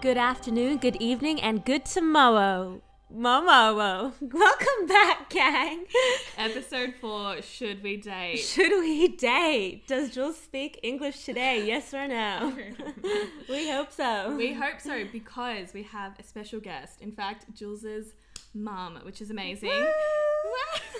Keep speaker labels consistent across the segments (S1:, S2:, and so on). S1: Good afternoon, good evening, and good tomorrow. Momo. Welcome back, gang.
S2: Episode four Should We Date?
S1: Should we date? Does Jules speak English today? Yes or no? we hope so.
S2: We hope so because we have a special guest. In fact, Jules's mum, which is amazing.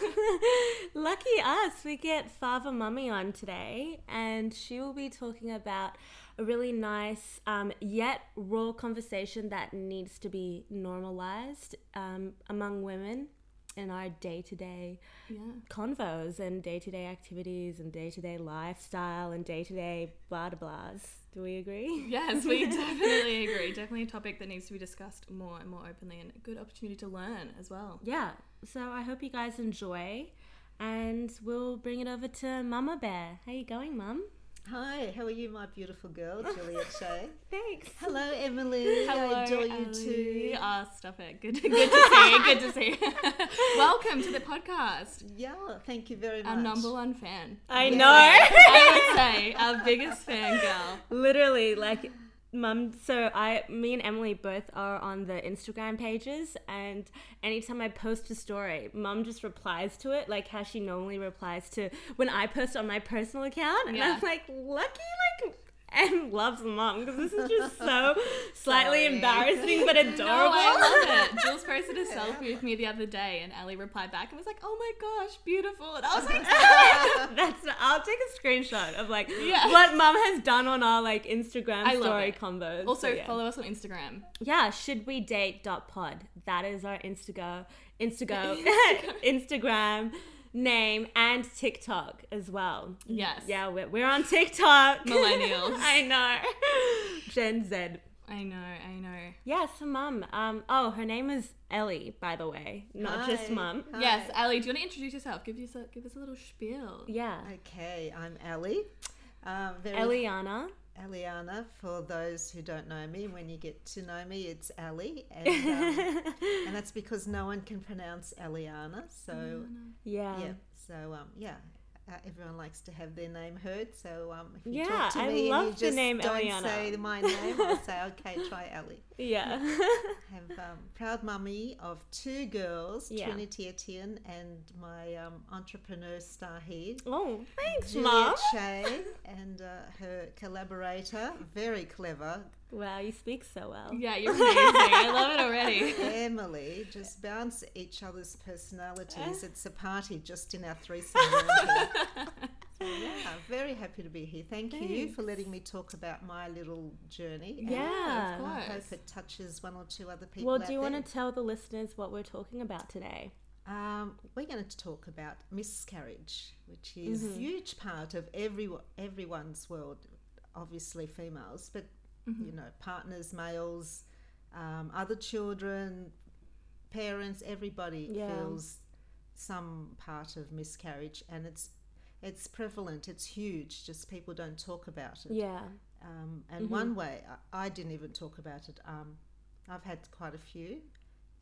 S1: Lucky us, we get Father Mummy on today, and she will be talking about a really nice um, yet raw conversation that needs to be normalized um, among women in our day to day
S2: Yeah.
S1: convos and day to day activities and day to day lifestyle and day to day blah da blahs. Do we agree?
S2: Yes, we definitely agree. Definitely a topic that needs to be discussed more and more openly and a good opportunity to learn as well.
S1: Yeah. So I hope you guys enjoy, and we'll bring it over to Mama Bear. How you going, Mum?
S3: Hi, how are you, my beautiful girl, Juliet Shea?
S1: Thanks.
S3: Hello, Emily. I adore you
S2: Ali.
S3: too.
S2: Ah, stop it. Good, good to see you. Good to see you. Welcome to the podcast.
S3: Yeah, thank you very much.
S2: Our number one fan.
S1: I
S3: Yeah.
S1: know.
S2: I would say our biggest fan girl.
S1: Literally, like, mum. So I, me and Emily both are on the Instagram pages, and anytime I post a story, mum just replies to it, like how she normally replies to when I post on my personal account, and
S2: Yeah.
S1: I'm like, lucky, like. And loves mum because this is just so slightly
S3: Sorry.
S1: embarrassing but adorable.
S2: No, I love it. Jules posted a selfie with me the other day, and Ali replied back and was like, "Oh my gosh, beautiful!" And I was like,
S1: That's I'll take a screenshot of like
S2: Yeah.
S1: what mum has done on our like Instagram
S2: I love
S1: story
S2: it.
S1: combos.
S2: "Also,
S1: So, yeah.
S2: follow us on Instagram."
S1: Yeah, should we date dot pod? That is our Instago, Instago, Instagram name and TikTok as well.
S2: Yes.
S1: Yeah, we're, we're on TikTok.
S2: Millennials.
S1: I know. Gen Z.
S2: I know. I know.
S1: Yeah, so mum. Um, oh, her name is Ellie, by the way, not just
S3: Hi.
S1: mum.
S3: Hi.
S2: Yes, Ali, do you want to introduce yourself? Give us a, give us a little spiel.
S1: Yeah,
S3: Okay, I'm Ali. Um, very
S1: Eliana.
S3: Aliana, for those who don't know me, when you get to know me, it's Ali. And, um, and that's because no one can pronounce Aliana. So,
S1: yeah.
S3: yeah. So, um, yeah. Uh, everyone likes to have their name heard, so um, if you
S1: Yeah,
S3: talk to
S1: I
S3: me
S1: love
S3: and you
S1: the
S3: just
S1: name
S3: don't
S1: Eliana.
S3: say my name, I say okay, try Ali.
S1: Yeah.
S3: have um, proud mummy of two girls,
S1: Yeah.
S3: Trinity Etienne and my um, entrepreneur star head,
S1: oh, thanks, mum.
S3: Juliet Shea, and uh, her collaborator, very clever,
S1: Wow, you speak so well.
S2: Yeah, you're amazing. I love it already.
S3: Emily. Just bounce each other's personalities. It's a party just in our threesome room here. So, yeah, very happy to be here. Thank you for letting me talk about my little journey. and
S1: Yeah.
S2: of
S3: I
S2: course.
S3: hope it touches one or two other people.
S1: Well,
S3: out
S1: do you
S3: there.
S1: want to tell the listeners what we're talking about today?
S3: Um, we're going to talk about miscarriage, which is
S1: Mm-hmm.
S3: a huge part of every everyone's world. Obviously, females, but
S1: Mm-hmm.
S3: you know, partners, males, um, other children, parents, everybody
S1: Yeah.
S3: feels some part of miscarriage, and it's it's prevalent. It's huge. Just people don't talk about it.
S1: Yeah.
S3: Um, and one way I, I didn't even talk about it. Um, I've had quite a few,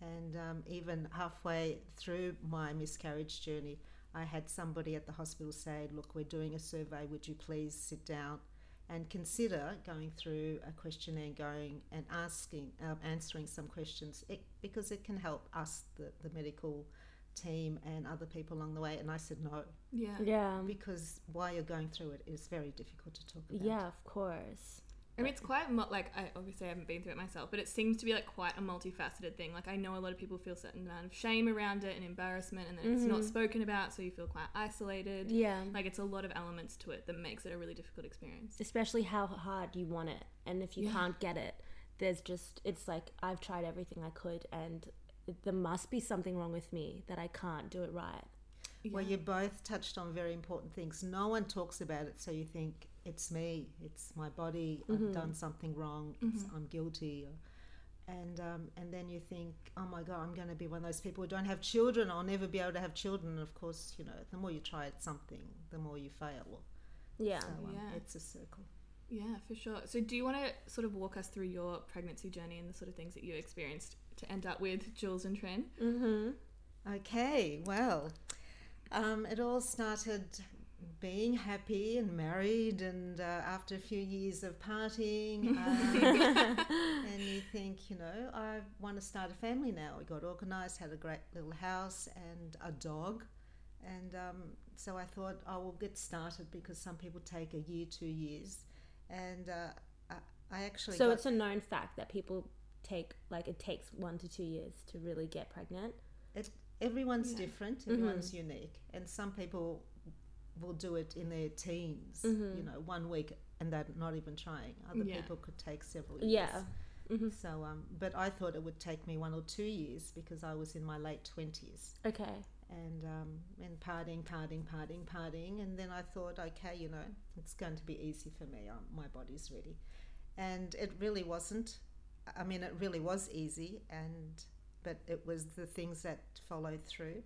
S3: and um, even halfway through my miscarriage journey, I had somebody at the hospital say, "Look, we're doing a survey. Would you please sit down and consider going through a questionnaire, and going and asking, um, answering some questions, it, because it can help us, the, the medical team, and other people along the way." And I said no
S2: Yeah.
S1: Yeah.
S3: because while you're going through it, it's very difficult to talk about.
S1: Yeah, of course.
S2: I mean, it's quite mu- like I obviously haven't been through it myself, but it seems to be like quite a multifaceted thing. Like I know a lot of people feel a certain amount of shame around it and embarrassment, and then it's
S1: Mm-hmm.
S2: not spoken about, so you feel quite isolated.
S1: Yeah.
S2: Like it's a lot of elements to it that makes it a really difficult experience.
S1: Especially how hard you want it. And if you
S2: Yeah.
S1: can't get it, there's just, it's like, I've tried everything I could, and there must be something wrong with me that I can't do it right.
S3: Well, you both touched on very important things. No one talks about it, so you think it's me, it's my body, I've done something wrong, it's, I'm guilty. or- and um, and then you think, oh my god, I'm going to be one of those people who don't have children. I'll never be able to have children. And of course, you know, the more you try at something, the more you fail.
S1: Yeah.
S3: So um,
S2: Yeah.
S3: it's a circle.
S2: Yeah, for sure. So, do you want to sort of walk us through your pregnancy journey and the sort of things that you experienced to end up with Jules and Trin?
S1: Mm-hmm.
S3: Okay, well, um, it all started being happy and married, and uh, after a few years of partying, um, and you think, you know, I want to start a family now. We got organized, had a great little house and a dog. And um, so I thought, I will get started because some people take a year, two years. And uh, I, I actually.
S1: So
S3: got-
S1: it's a known fact that people take like it takes one to two years to really get pregnant.
S3: it, everyone's
S2: Yeah. Mm-hmm.
S3: different everyone's unique and some people will do it in their teens you know one week and they're not even trying other
S2: Mm-hmm. Yeah.
S3: people could take several years
S1: Yeah. Mm-hmm.
S3: so um but i thought it would take me one or two years because i was in my late 20s
S1: Okay.
S3: and um and partying partying partying partying and then i thought okay you know it's going to be easy for me um, my body's ready and it really wasn't i mean it really was easy and but it was the things that followed through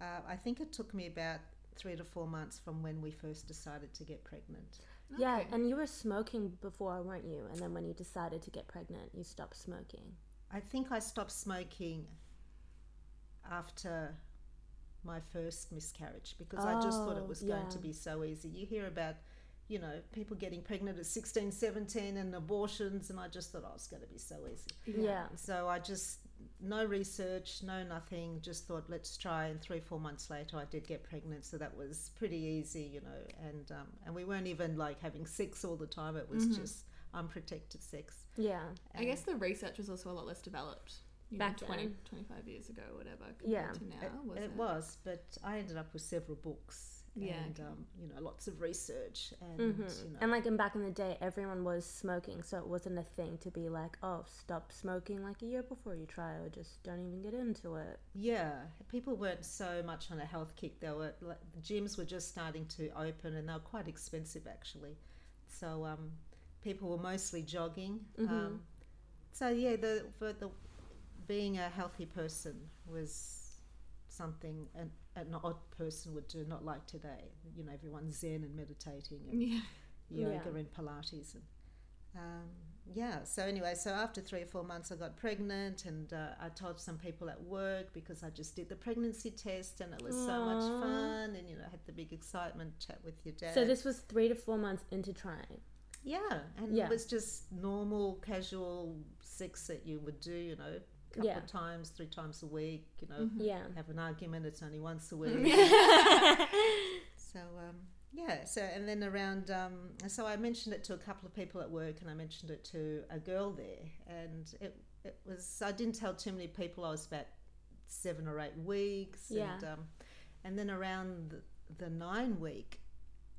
S3: uh, i think it took me about three to four months from when we first decided to get pregnant
S1: Yeah,
S2: Okay.
S1: and you were smoking before, weren't you? And then when you decided to get pregnant, you stopped smoking.
S3: i think i stopped smoking after my first miscarriage because i just thought
S1: Oh,
S3: it was going
S1: yeah.
S3: to be so easy you hear about you know people getting pregnant at 16 17 and abortions and i just thought oh it's going to be so easy
S1: Yeah.
S3: So I just no research, no nothing. Just thought let's try. And three four months later, I did get pregnant. So that was pretty easy, you know. And um, and we weren't even like having sex all the time. It was just unprotected sex.
S1: Yeah.
S2: I guess the research was also a lot less developed. You
S1: Back
S2: know, 20,
S1: then.
S2: 25 years ago, whatever.
S1: Yeah.
S2: Compared to now,
S3: It,
S2: was
S3: it
S2: it,
S3: was, but I ended up with several books
S2: Yeah,
S3: and
S2: okay. Mm-hmm.
S3: um, you know lots of research and you know
S1: Mm-hmm. And like in back in the day, everyone was smoking, so it wasn't a thing to be like, oh, stop smoking like a year before you try, or just don't even get into it.
S3: Yeah, people weren't so much on a health kick. They were like, the gyms were just starting to open, and they were quite expensive actually. So um, people were mostly jogging.
S2: Mm-hmm.
S3: Um, so yeah, the for the being a healthy person was something an, an odd person would do, not like today. You know, everyone's zen and meditating and
S2: Yeah.
S1: Yeah.
S3: yoga and Pilates. And, um, yeah, so anyway, so after three or four months, I got pregnant and uh, I told some people at work because I just did the pregnancy test and it was so much
S1: Aw.
S3: fun. And, you know, I had the big excitement chat with your dad.
S1: So this was three to four months into trying.
S3: yeah, and
S1: Yeah.
S3: it was just normal, casual sex that you would do, you know, a couple
S1: Yeah. Mm-hmm.
S3: of times, three times a week, you know,
S2: Mm-hmm.
S1: Yeah.
S3: have an argument, it's only once a week. So um, yeah, so and then around, um, so I mentioned it to a couple of people at work, and I mentioned it to a girl there, and it it was I didn't tell too many people. I was about seven or eight weeks, and
S1: Yeah.
S3: um, and then around the, the nine week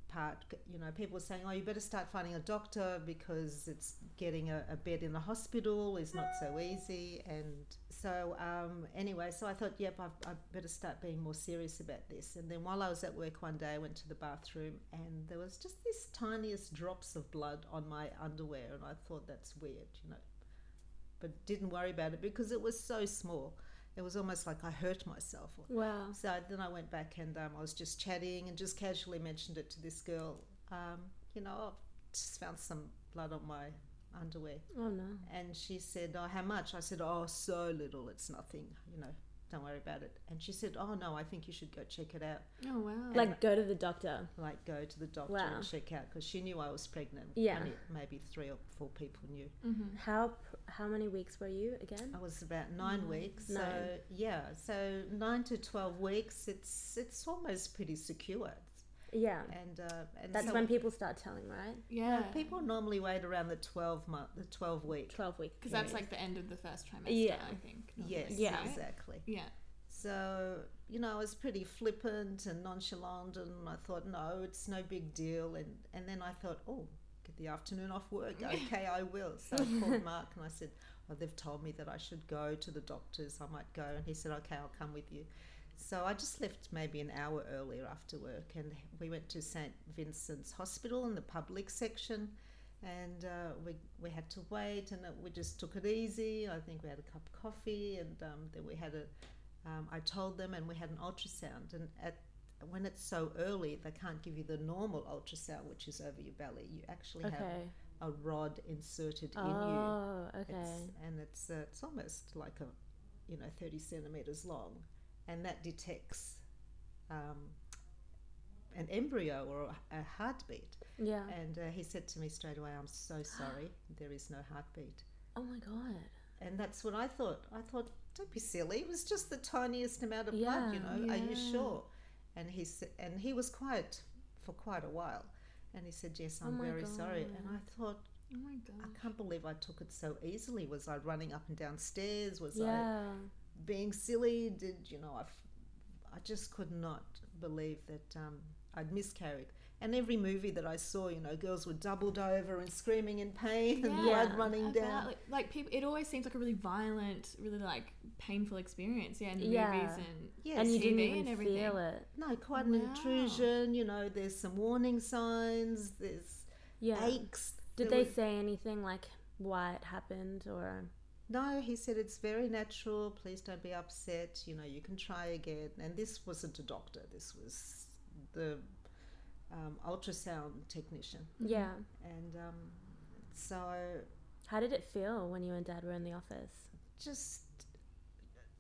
S3: part, you know, people were saying, oh, you better start finding a doctor because it's getting a, a bed in a hospital is not so easy, and so um, anyway, so I thought, yep, I, I better start being more serious about this. And then while I was at work one day, I went to the bathroom, and there was just this tiniest drops of blood on my underwear, and I thought that's weird, you know but didn't worry about it because it was so small. It was almost like I hurt myself.
S1: Wow.
S3: So then I went back and um, I was just chatting and just casually mentioned it to this girl. Um, you know, I just found some blood on my underwear.
S1: Oh no.
S3: And she said, Oh, how much? I said, Oh, so little. It's nothing. You know, don't worry about it. And she said, Oh, no, I think you should go check it out.
S2: Oh, wow.
S1: Like go to the doctor.
S3: Like, go to the doctor
S1: Wow.
S3: and check out because she knew I was pregnant.
S1: Yeah.
S3: Only maybe three or four people knew.
S2: Mm-hmm.
S1: How pr- how many weeks were you again?
S3: I was about nine weeks. So
S1: Mm, Nine.
S3: yeah, so nine to twelve weeks. It's it's almost pretty secure.
S1: Yeah.
S3: And uh, and
S1: That's
S3: so-
S1: when people start telling, right?
S2: yeah.
S3: people normally wait around the twelve month, the twelve week.
S1: Twelve weeks.
S2: Because that's like the end of the first trimester,
S1: Yeah.
S2: I think.
S3: Yes,
S2: normally,
S1: Yeah.
S2: right?
S3: exactly.
S2: Yeah.
S3: So you know, I was pretty flippant and nonchalant, and I thought, no, it's no big deal. And and then I thought, oh, get the afternoon off work. Okay, I will. So I called Mark and I said, oh, they've told me that I should go to the doctors. I might go, and he said, okay, I'll come with you. So I just left maybe an hour earlier after work, and we went to St Vincent's Hospital in the public section, and uh, we we had to wait, and it, we just took it easy. I think we had a cup of coffee, and um, then we had a. Um, I told them, and we had an ultrasound, and at when it's so early, they can't give you the normal ultrasound, which is over your belly. You actually
S1: Okay.
S3: have a rod inserted in you.
S1: Oh, okay.
S3: It's, and it's uh, it's almost like a, you know, thirty centimeters long, and that detects um, an embryo or a heartbeat.
S1: Yeah.
S3: And uh, he said to me straight away, I'm so sorry, there is no heartbeat.
S1: Oh my god.
S3: And that's what I thought. I thought, don't be silly. It was just the tiniest amount of blood, you
S1: Yeah,
S3: know. Are you
S2: yeah.
S3: sure? And he said, and he was quiet for quite a while. And he said, yes,
S1: Oh
S3: I'm
S1: my
S3: very sorry. And
S1: God.
S3: I thought,
S2: Oh my
S3: I
S2: god.
S3: can't believe I took it so easily. Was I running up and down stairs? Was I
S1: yeah.
S3: being silly did you know I, f- I just could not believe that um, i'd miscarried and every movie that i saw you know girls were doubled over and screaming in pain and blood
S1: Yeah,
S3: running
S2: about,
S3: down
S2: Like, like people, it always seems like a really violent, really like painful experience. Yeah, in the
S1: Yeah.
S2: movies and
S3: yes
S1: and you
S2: TV
S1: didn't
S2: and
S1: even
S2: everything.
S1: feel it.
S3: no quite an
S2: Wow.
S3: intrusion you know there's some warning signs there's
S1: Yeah.
S3: aches
S1: Did
S3: there
S1: they
S3: was-
S1: say anything like why it happened or
S3: no he said it's very natural please don't be upset you know you can try again and this wasn't a doctor this was the um, ultrasound technician
S1: yeah?
S3: and um, so
S1: How did it feel when you and Dad were in the office?
S3: just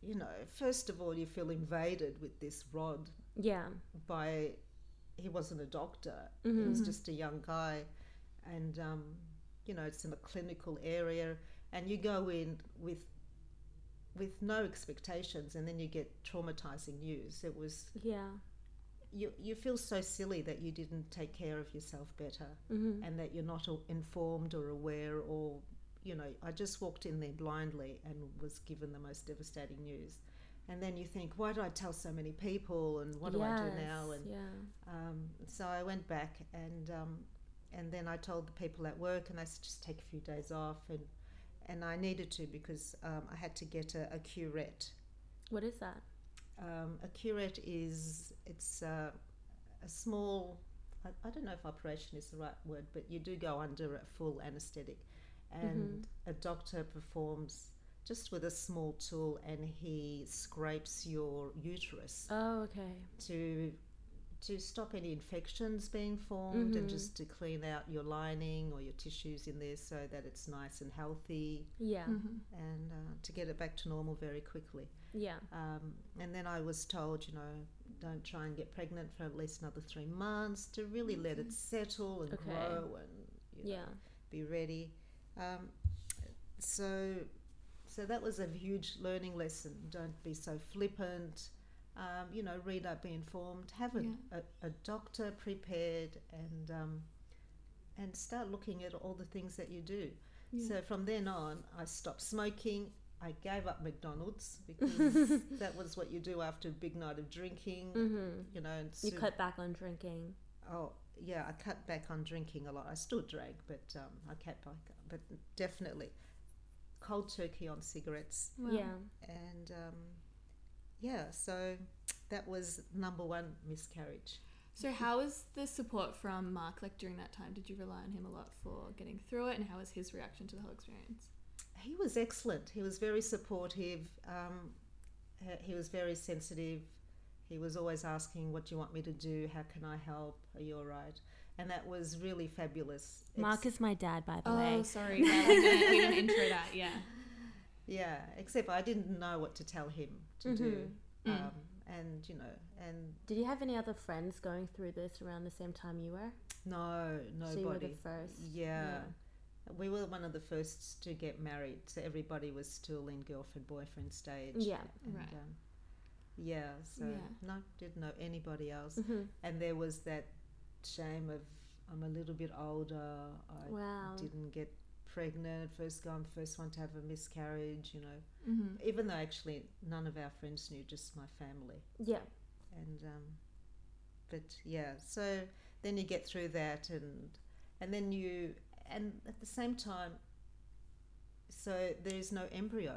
S3: you know first of all you feel invaded with this rod
S1: Yeah.
S3: by he wasn't a doctor he
S1: Mhm.
S3: was just a young guy and um, you know it's in a clinical area and you go in with with no expectations and then you get traumatizing news it was
S1: Yeah.
S3: you you feel so silly that you didn't take care of yourself better
S1: Mm-hmm.
S3: and that you're not a- informed or aware or you know i just walked in there blindly and was given the most devastating news and then you think why did i tell so many people and what do i do now and
S1: yeah.
S3: um, so i went back and um, and then i told the people at work and i said just take a few days off and and i needed to because um, i had to get a, a curette
S1: What is that?
S3: um, a curette is it's a, a small. I, I don't know if operation is the right word, but you do go under a full anaesthetic, and a doctor performs just with a small tool, and he scrapes your uterus
S1: Oh, okay.
S3: to to stop any infections being formed and
S1: Mhm.
S3: just to clean out your lining or your tissues in there so that it's nice and healthy
S1: Yeah.
S2: Mhm.
S3: and uh, to get it back to normal very quickly
S1: Yeah.
S3: um, and then I was told, you know, don't try and get pregnant for at least another three months to really let it settle and
S1: Okay.
S3: grow and you know,
S1: Yeah.
S3: be ready. Um, so, so that was a huge learning lesson. Don't be so flippant. Um, you know, read up, be informed, have a,
S2: Yeah.
S3: a, a doctor prepared, and um, and start looking at all the things that you do.
S2: Yeah.
S3: So from then on, I stopped smoking. I gave up McDonald's because that was what you do after a big night of drinking,
S2: Mm.
S1: Mm-hmm.
S3: you know. And
S1: You
S3: so-
S1: cut back on drinking.
S3: Oh, yeah, I cut back on drinking a lot. I still drank, but um, I cut back. But definitely, cold turkey on cigarettes,
S2: Wow.
S1: Yeah.
S3: and um, yeah. So that was number one miscarriage.
S2: So how was the support from Mark like during that time? Did you rely on him a lot for getting through it, and how was his reaction to the whole experience?
S3: He was excellent. He was very supportive. Um, uh, he was very sensitive. He was always asking, "What do you want me to do? How can I help? Are you all right?" And that was really fabulous. It's-
S1: Mark is my dad, by the
S2: Oh,
S1: way.
S2: sorry, yeah, we, didn't, we didn't intro that. Yeah,
S3: yeah, except I didn't know what to tell him to do. Um,
S2: Mm.
S3: And you know, and
S1: Did you have any other friends going through this around the same time you were?
S3: no, nobody.
S1: So you were the first.
S3: Yeah. We were one of the first to get married, so everybody was still in girlfriend boyfriend stage.
S1: Yeah.
S3: And,
S2: Right.
S3: Um, yeah, so
S2: Yeah.
S3: no, didn't know anybody else.
S1: Mm-hmm.
S3: And there was that shame of I'm a little bit older, I
S1: Wow.
S3: didn't get pregnant, first go, I'm the first one to have a miscarriage, you know.
S2: mm-hmm.
S3: Even though actually none of our friends knew, just my family.
S1: Yeah.
S3: And um, but yeah, so then you get through that and and then you and at the same time so there is no embryo,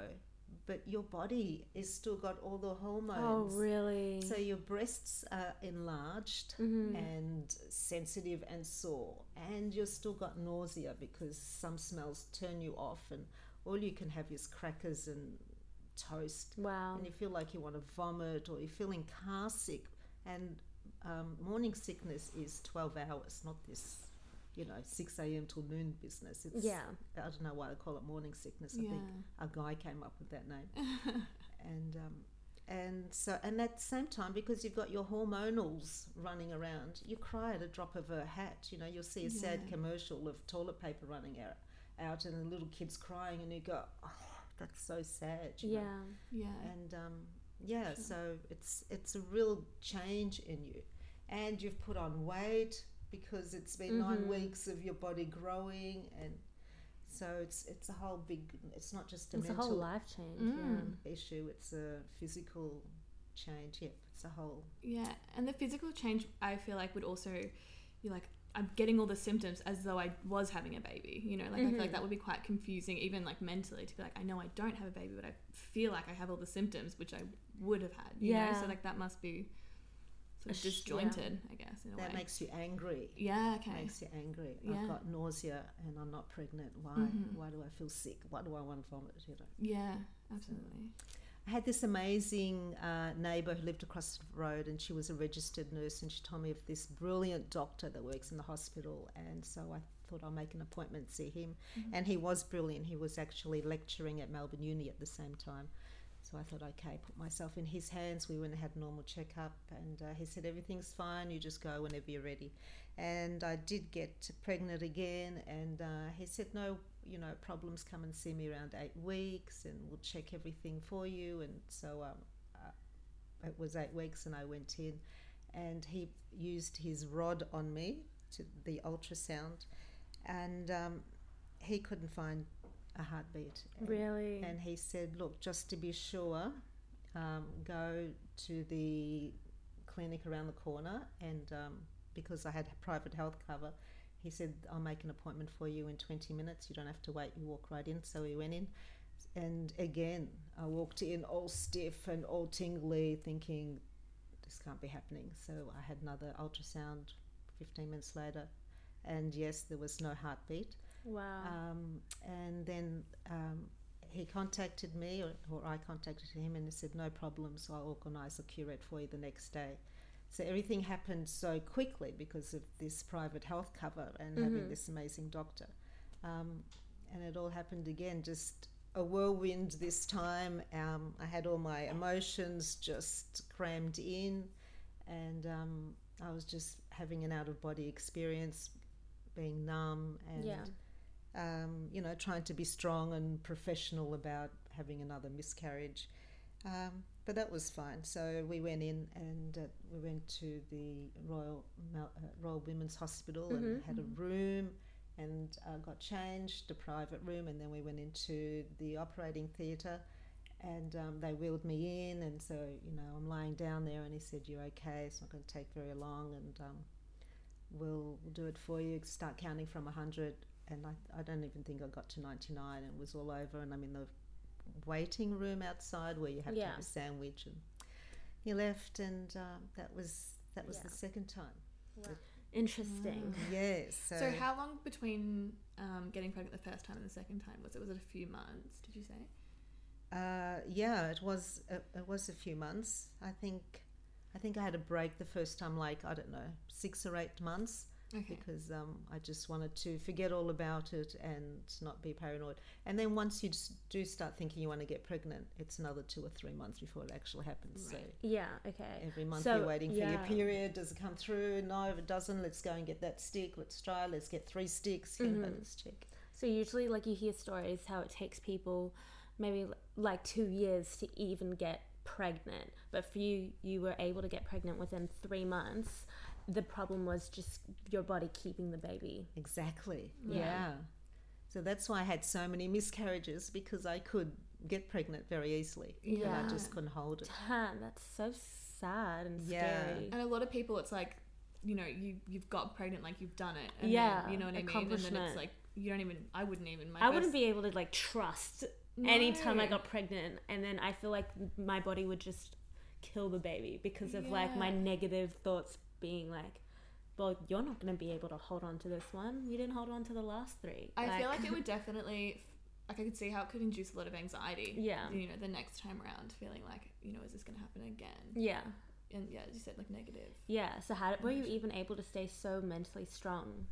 S3: but your body is still got all the
S1: Oh,
S3: hormones.
S1: really?
S3: So your breasts are enlarged
S1: mm-hmm.
S3: and sensitive and sore, and you've still got nausea because some smells turn you off, and all you can have is crackers and toast,
S1: Wow.
S3: and you feel like you want to vomit or you're feeling car sick. And um, morning sickness is 12 hours, not this, you know, 6 a.m. till noon business. It's,
S1: Yeah.
S3: I don't know why they call it morning sickness. I
S2: yeah.
S3: think a guy came up with that name. and um, and so and at the same time because you've got your hormonals running around you cry at a drop of a hat you know you'll see a sad
S2: Yeah.
S3: commercial of toilet paper running out, out and the little kids crying and you go oh that's so sad you know.
S1: Yeah.
S2: Yeah.
S3: and um, yeah
S2: Sure.
S3: so it's it's a real change in you and you've put on weight because it's been nine
S2: Mm-hmm.
S1: Mhm.
S3: weeks of your body growing and so it's it's a whole big it's not just a
S1: It's a
S3: mental
S1: whole life change.
S2: Mm.
S3: issue it's a physical change yep it's a whole
S2: Yeah, and the physical change I feel like would also you're like I'm getting all the symptoms as though I was having a baby. You know, like I feel
S1: Mhm.
S2: like that would be quite confusing even like mentally to be like I know I don't have a baby but I feel like I have all the symptoms which I would have had, you know?
S1: Yeah.
S2: So like that must be
S1: A
S2: sort of
S1: sh- yeah.
S2: disjointed, I guess, in a
S3: that
S2: way.
S3: makes you angry
S2: yeah, okay.
S3: makes you angry
S2: Yeah.
S3: i've got nausea and i'm not pregnant why
S2: Mhm.
S3: why do i feel sick why do i want to vomit you know
S2: Yeah, absolutely.
S3: I had this amazing uh, neighbour who lived across the road, and she was a registered nurse, and she told me of this brilliant doctor that works in the hospital. And so I thought I'll make an appointment and see him.
S2: Mm-hmm.
S3: And he was brilliant. He was actually lecturing at Melbourne Uni at the same time. So I thought, okay, put myself in his hands. We went and had a normal checkup, and uh, he said everything's fine. You just go whenever you're ready. And I did get pregnant again, and uh, he said, no, you know, problems, come and see me around eight weeks, and we'll check everything for you. And so um, uh, it was eight weeks, and I went in, and he used his rod on me to the ultrasound, and um, he couldn't find a heartbeat. And
S1: Really.
S3: and he said, Look, just to be sure, um, go to the clinic around the corner. And um, because I had private health cover, he said, I'll make an appointment for you in 20 minutes. You don't have to wait. You walk right in. So we went in. And again, I walked in all stiff and all tingly, thinking, This can't be happening. So I had another ultrasound 15 minutes later. And yes, there was no heartbeat.
S1: wow.
S3: Um, and then um, he contacted me, or, or I contacted him, and he said, No problems, I'll organise a curette for you the next day. So everything happened so quickly because of this private health cover and
S1: Mhm.
S3: having this amazing doctor. Um, and it all happened again, just a whirlwind this time. Um, I had all my emotions just crammed in, and um, I was just having an out of body experience, being numb and
S1: yeah.
S3: um, you know, trying to be strong and professional about having another miscarriage. Um, but that was fine. So we went in and uh, we went to the Royal Mel- uh, Royal Women's Hospital and
S1: Mhm.
S3: had
S2: Mhm.
S3: a room and uh, got changed, a private room, and then we went into the operating theatre. And um, they wheeled me in, and so you know I'm lying down there, and he said, "You're okay. It's not going to take very long, and um, we'll do it for you. Start counting from hundred, and I, I don't even think I got to 99 and it was all over and I'm in the waiting room outside where you have to
S1: Yeah.
S3: have a sandwich and he left and um, that was that was
S1: Yeah.
S3: the second time Mm.
S1: Interesting.
S3: yes so,
S2: So how long between um, getting pregnant the first time and the second time was it? Was it a few months, did you say?
S3: uh, yeah it was it, it was a few months I think I think I had a break the first time like I don't know six or eight months
S2: Okay.
S3: because um, I just wanted to forget all about it and not be paranoid. And then once you s- do start thinking you want to get pregnant, it's another two or three months before it actually happens.
S2: Right.
S1: Yeah. Okay.
S3: So every month
S1: So,
S3: you're waiting for your
S1: yeah.
S3: period. Does it come through? No, if it doesn't, let's go and get that stick. Let's try. Let's get three sticks. You know,
S1: Mhm.
S3: let's check.
S1: So usually, like you hear stories how it takes people maybe like two years to even get pregnant, but for you, you were able to get pregnant within three months. The problem was just your body keeping the baby.
S3: Exactly.
S1: Yeah.
S3: Yeah. So that's why I had so many miscarriages because I could get pregnant very easily. And
S1: Yeah.
S3: I just couldn't hold it.
S1: Damn, that's so sad and
S3: Yeah.
S1: scary.
S2: And a lot of people, it's like, you know, you you've got pregnant, like you've done it. And
S1: Yeah,
S2: Then, you know what I mean? And then
S1: accomplishment.
S2: it's like you don't even. I wouldn't even. My
S1: I wouldn't
S2: first-
S1: be able to like trust any time I
S2: No.
S1: got pregnant, and then I feel like my body would just kill the baby because of like my
S2: Yeah.
S1: negative thoughts being like, "Well, you're not going to be able to hold on to this one. You didn't hold on to the last three.
S2: I feel like it would definitely. Like I could see how it could induce a lot of anxiety.
S1: Yeah.
S2: You know, the next time around, feeling like, you know, is this going to happen again?
S1: yeah,
S2: And yeah, as you said, like negative.
S1: yeah. So how were
S2: Mm.
S1: you even able to stay so mentally strong?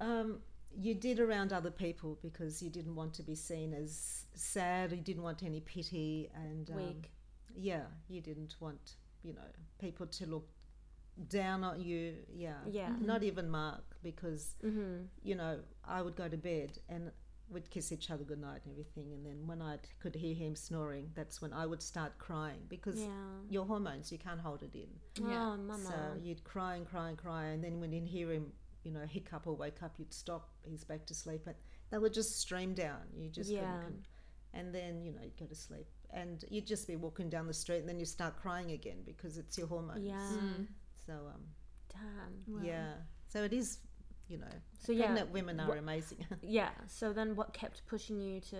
S3: Um, you did around other people because you didn't want to be seen as sad. You didn't want any pity and um,
S1: Weak.
S3: yeah, you didn't want, you know, people to look down on you. Yeah.
S1: Yeah.
S3: Not even Mark, because,
S1: Mm-hmm.
S3: you know, I would go to bed and we'd kiss each other goodnight and everything. And then when I could hear him snoring, that's when I would start crying because
S1: Yeah.
S3: your hormones, you can't hold it in.
S2: Yeah.
S1: Oh, mama.
S3: So you'd cry and cry and cry, and then when you'd hear him, you know, hiccup or wake up, you'd stop. He's back to sleep, but they would just stream down. You just
S1: Yeah.
S3: yeah. and then you know you'd go to sleep, and you'd just be walking down the street, and then you start crying again because it's your hormones.
S1: yeah.
S3: So um,
S1: Damn.
S2: Wow.
S3: yeah. So it is, you know,
S1: So yeah.
S3: pregnant women are amazing.
S1: Yeah. So then, what kept pushing you to?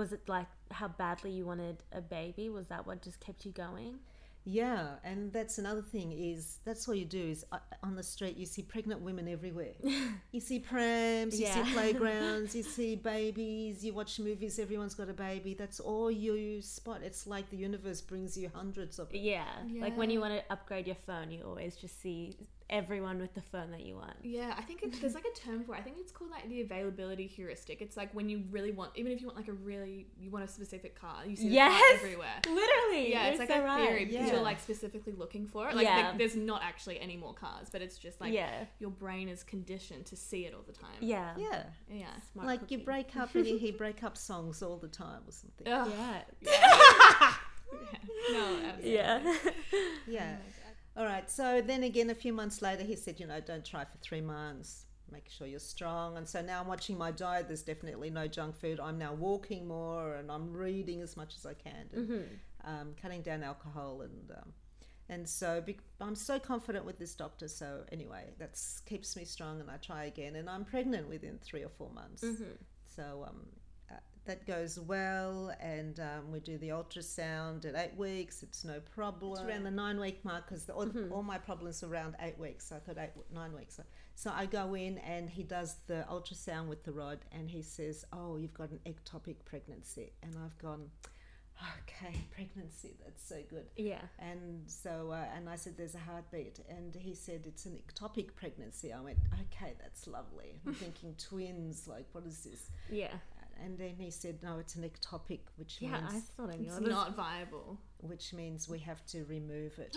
S1: Was it like how badly you wanted a baby? Was that what just kept you going?
S3: yeah, and that's another thing is that's all you do is uh, on the street you see pregnant women everywhere. You see prams, you
S1: Yeah.
S3: see playgrounds, you see babies, you watch movies, everyone's got a baby. That's all you spot. It's like the universe brings you hundreds of
S1: Yeah. Like when
S2: Yeah.
S1: you want to upgrade your phone, you always just see everyone with the phone that you want.
S2: Yeah, I think it, there's like a term for it. I think it's called like the availability heuristic. It's like when you really want, even if you want like a really, you want a specific car, you see the car
S1: Yes!
S2: everywhere.
S1: Literally.
S2: Yeah, it's
S1: you're
S2: like
S1: so
S2: a
S1: right.
S2: theory because
S3: Yeah.
S2: you're like specifically looking for it. Like,
S1: Yeah.
S2: like, there's not actually any more cars, but it's just like
S1: yeah.
S2: your brain is conditioned to see it all the time.
S1: Yeah.
S3: Yeah.
S2: Yeah.
S1: Smart
S3: like you
S1: cookie.
S3: break up and you hear break up songs all the time or something.
S2: Ugh.
S1: Yeah.
S2: No, absolutely.
S1: Yeah.
S3: Yeah. All right. So then again, a few months later, he said, you know, don't try for three months. Make sure you're strong. And so now I'm watching my diet. There's definitely no junk food. I'm now walking more and I'm reading as much as I can and um, cutting down alcohol. And um, and so be- I'm so confident with this doctor. So anyway, that keeps me strong. And I try again. And I'm pregnant within three or four months. So um, uh, that goes well, and um, we do the ultrasound at eight weeks. It's no problem. Mm-hmm. It's around the nine week mark because all, all my problems are around eight weeks. So I thought eight, nine weeks. So, so I go in, and he does the ultrasound with the rod, and he says, "Oh, you've got an ectopic pregnancy," and I've gone. Okay, pregnancy, that's so good.
S1: yeah.
S3: And so, uh, and I said, there's a heartbeat. And he said, it's an ectopic pregnancy. I went, okay, that's lovely. I'm thinking twins, like, what is this?
S1: Yeah.
S3: And then he said, "No, it's an ectopic, which
S1: Yeah. I
S3: means
S1: thought I knew.
S2: It's
S1: I was-
S2: not viable.
S3: which means we have to remove it.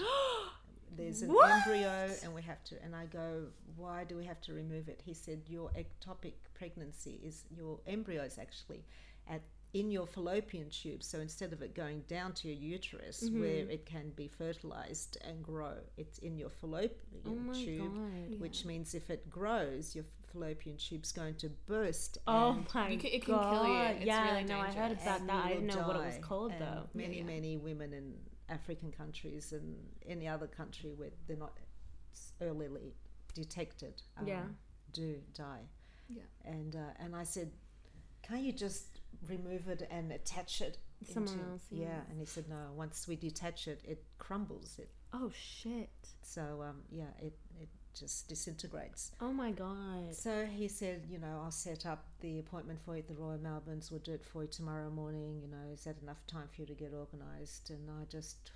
S3: There's an
S1: What?
S3: embryo, and we have to." And I go, "Why do we have to remove it?" He said, "Your ectopic pregnancy is your embryo is actually at in your fallopian tube. So instead of it going down to your uterus,
S1: Mm-hmm.
S3: where it can be fertilized and grow, it's in your fallopian
S1: Oh my
S3: tube."
S1: god.
S3: Which means if it grows, your fallopian tube's going to burst.
S1: Oh
S3: and
S1: my
S2: You ca- it can
S1: god.
S2: kill you. It's
S1: yeah,
S2: really
S1: no, I heard
S2: dangerous.
S1: about
S3: and
S1: that. I
S3: you
S1: didn't
S3: will
S1: know what it was
S3: die.
S1: called
S3: And
S1: though.
S3: Many,
S2: Yeah.
S3: many women in African countries and any other country where they're not s- earlily detected um,
S1: Yeah.
S3: do die.
S2: Yeah.
S3: And, uh, and I said, can't you just remove it and attach it?
S1: Someone
S3: into-"
S1: else,
S3: yeah.
S1: yeah.
S3: And he said, no, once we detach it, it crumbles. It
S1: Oh shit.
S3: So, um, yeah, it, it just disintegrates.
S1: Oh my god.
S3: So he said, you know, I'll set up the appointment for you at the Royal Melbourne's. We'll do it for you tomorrow morning. You know, is that enough time for you to get organised? And I just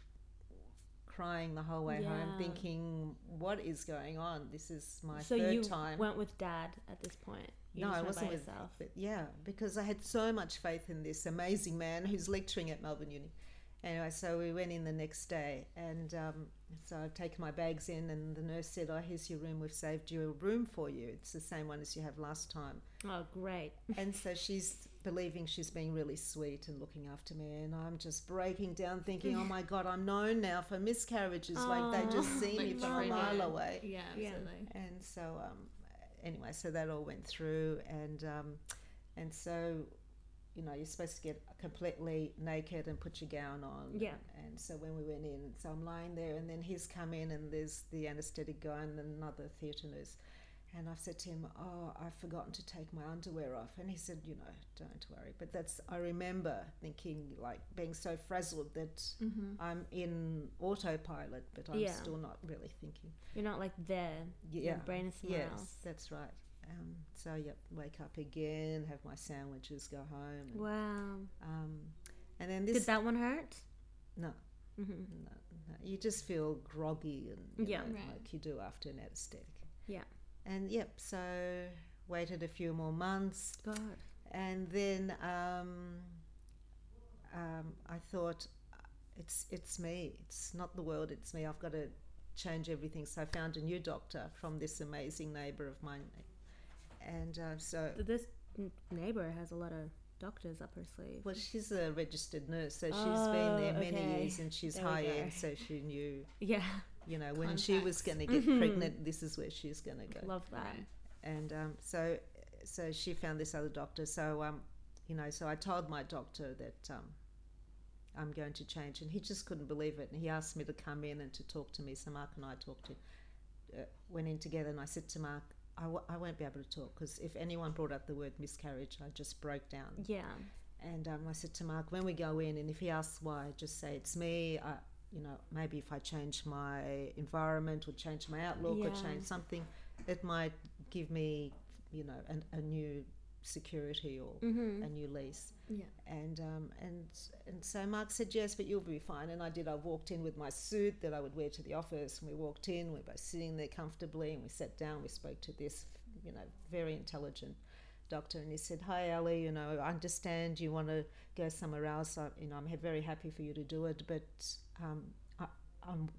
S3: crying the whole way home,
S1: Yeah.
S3: thinking, what is going on? This is my
S1: so
S3: third
S1: you
S3: time.
S1: went with dad at this point. You
S3: um, no,
S1: just
S3: I
S1: went
S3: wasn't
S1: by
S3: with
S1: yourself.
S3: but yeah, because I had so much faith in this amazing man who's lecturing at Melbourne Uni. Anyway, so we went in the next day, and um, so I've taken my bags in, and the nurse said, "Oh, here's your room. We've saved you a room for you. It's the same one as you have last time."
S1: Oh great.
S3: and so she's believing she's being really sweet and looking after me and i'm just breaking down thinking oh my god i'm known now for miscarriages like they just see
S2: Like,
S3: me from a
S2: freaking-
S3: mile away
S2: Yeah,
S1: Yeah.
S2: absolutely.
S3: and so um, anyway so that all went through and um, and so you know you're supposed to get completely naked and put your gown on
S1: Yeah.
S3: and so when we went in so i'm lying there and then he's come in and there's the anesthetic guy and another theatre nurse and I've said to him, "Oh, I've forgotten to take my underwear off," and he said, "You know, don't worry." But that's I remember thinking, like being so frazzled that
S2: Mm-hmm.
S3: I'm in autopilot, but I'm
S1: Yeah.
S3: still not really thinking.
S1: You're not like there.
S3: Yeah.
S1: Your brain is somewhere
S3: Yes,
S1: else.
S3: that's right. Um, so yep, wake up again, have my sandwiches, go home. and,
S1: Wow.
S3: um, and then
S1: Did
S3: this
S1: that one hurt?
S3: no,
S1: Mm-hmm.
S3: no, no, you just feel groggy and you
S1: Yeah.
S3: know,
S2: Right.
S3: like you do after an anesthetic.
S1: Yeah.
S3: And yep, so waited a few more months,
S1: God.
S3: and then um, um, I thought it's it's me. It's not the world. It's me. I've got to change everything. So I found a new doctor from this amazing neighbor of mine, and uh, so
S1: This n- neighbor has a lot of doctors up her sleeve.
S3: well, she's a registered nurse, so she's
S1: Oh,
S3: been there many
S1: okay.
S3: years, and she's
S1: There we
S3: high
S1: go.
S3: end, so she knew,
S1: Yeah,
S3: you know, when she was going to get pregnant, this is where she's going to go.
S1: love that.
S3: and um, so so she found this other doctor. So um, you know, so I told my doctor that um, I'm going to change, and he just couldn't believe it. And he asked me to come in and to talk to me. So Mark and I talked to uh, went in together, and I said to Mark. I w- I won't be able to talk because if anyone brought up the word miscarriage, I just broke down.
S1: Yeah,
S3: And um, I said to Mark, when we go in, and if he asks why, just say it's me. I, you know, maybe if I change my environment or change my outlook or
S1: Yeah.
S3: change something, it might give me, you know, an, a new security or
S1: Mm-hmm.
S3: a new lease.
S2: Yeah.
S3: And um, and and so Mark said yes, but you'll be fine. And I did. I walked in with my suit that I would wear to the office, and we walked in. We were both sitting there comfortably, and we sat down. We spoke to this, you know, very intelligent doctor, and he said, "Hi, Ali. You know, I understand you want to go somewhere else. I, you know, I'm ha- very happy for you to do it, but um, I, I'm."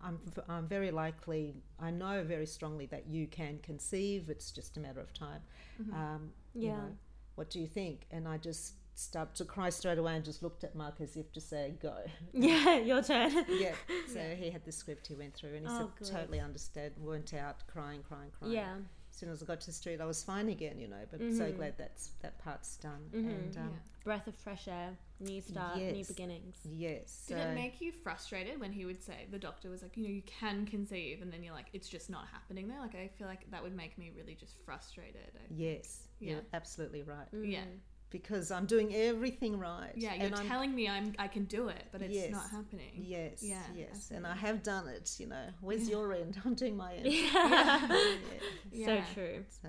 S3: I'm, I'm very likely, I know very strongly that you can conceive. It's just a matter of time.
S2: Mm-hmm. Hmm.
S3: Um, you
S1: Yeah.
S3: know, what do you think? And I just started to cry straight away and just looked at Mark as if to say, go.
S1: yeah, your turn.
S3: yeah. So he had the script he went through and he
S1: Oh,
S3: said,
S1: good.
S3: totally understood, went out crying, crying, crying.
S1: yeah,
S3: As soon as I got to the street, I was fine again, you know, but
S2: Mm-hmm.
S3: so glad that's, that part's done. And um,
S1: breath of fresh air, new start, new
S3: Yes.
S1: beginnings.
S3: yes.
S2: Did
S3: so-
S2: it make you frustrated when he would say the doctor was like, you know, you can conceive, and then you're like, it's just not happening there? Like, I feel like that would make me really just frustrated. I-
S3: Yes. You're
S2: Yeah.
S3: absolutely right.
S2: Yeah,
S1: Mm-hmm.
S3: Because I'm doing everything right.
S2: yeah. You're
S3: and I'm
S2: telling me I'm I can do it, but it's
S3: Yes.
S2: not happening.
S3: Yes,
S2: Yeah,
S3: yes. And I have done it, you know. Where's your end? I'm doing my end. Yeah.
S1: So
S2: Yeah.
S1: true.
S3: So,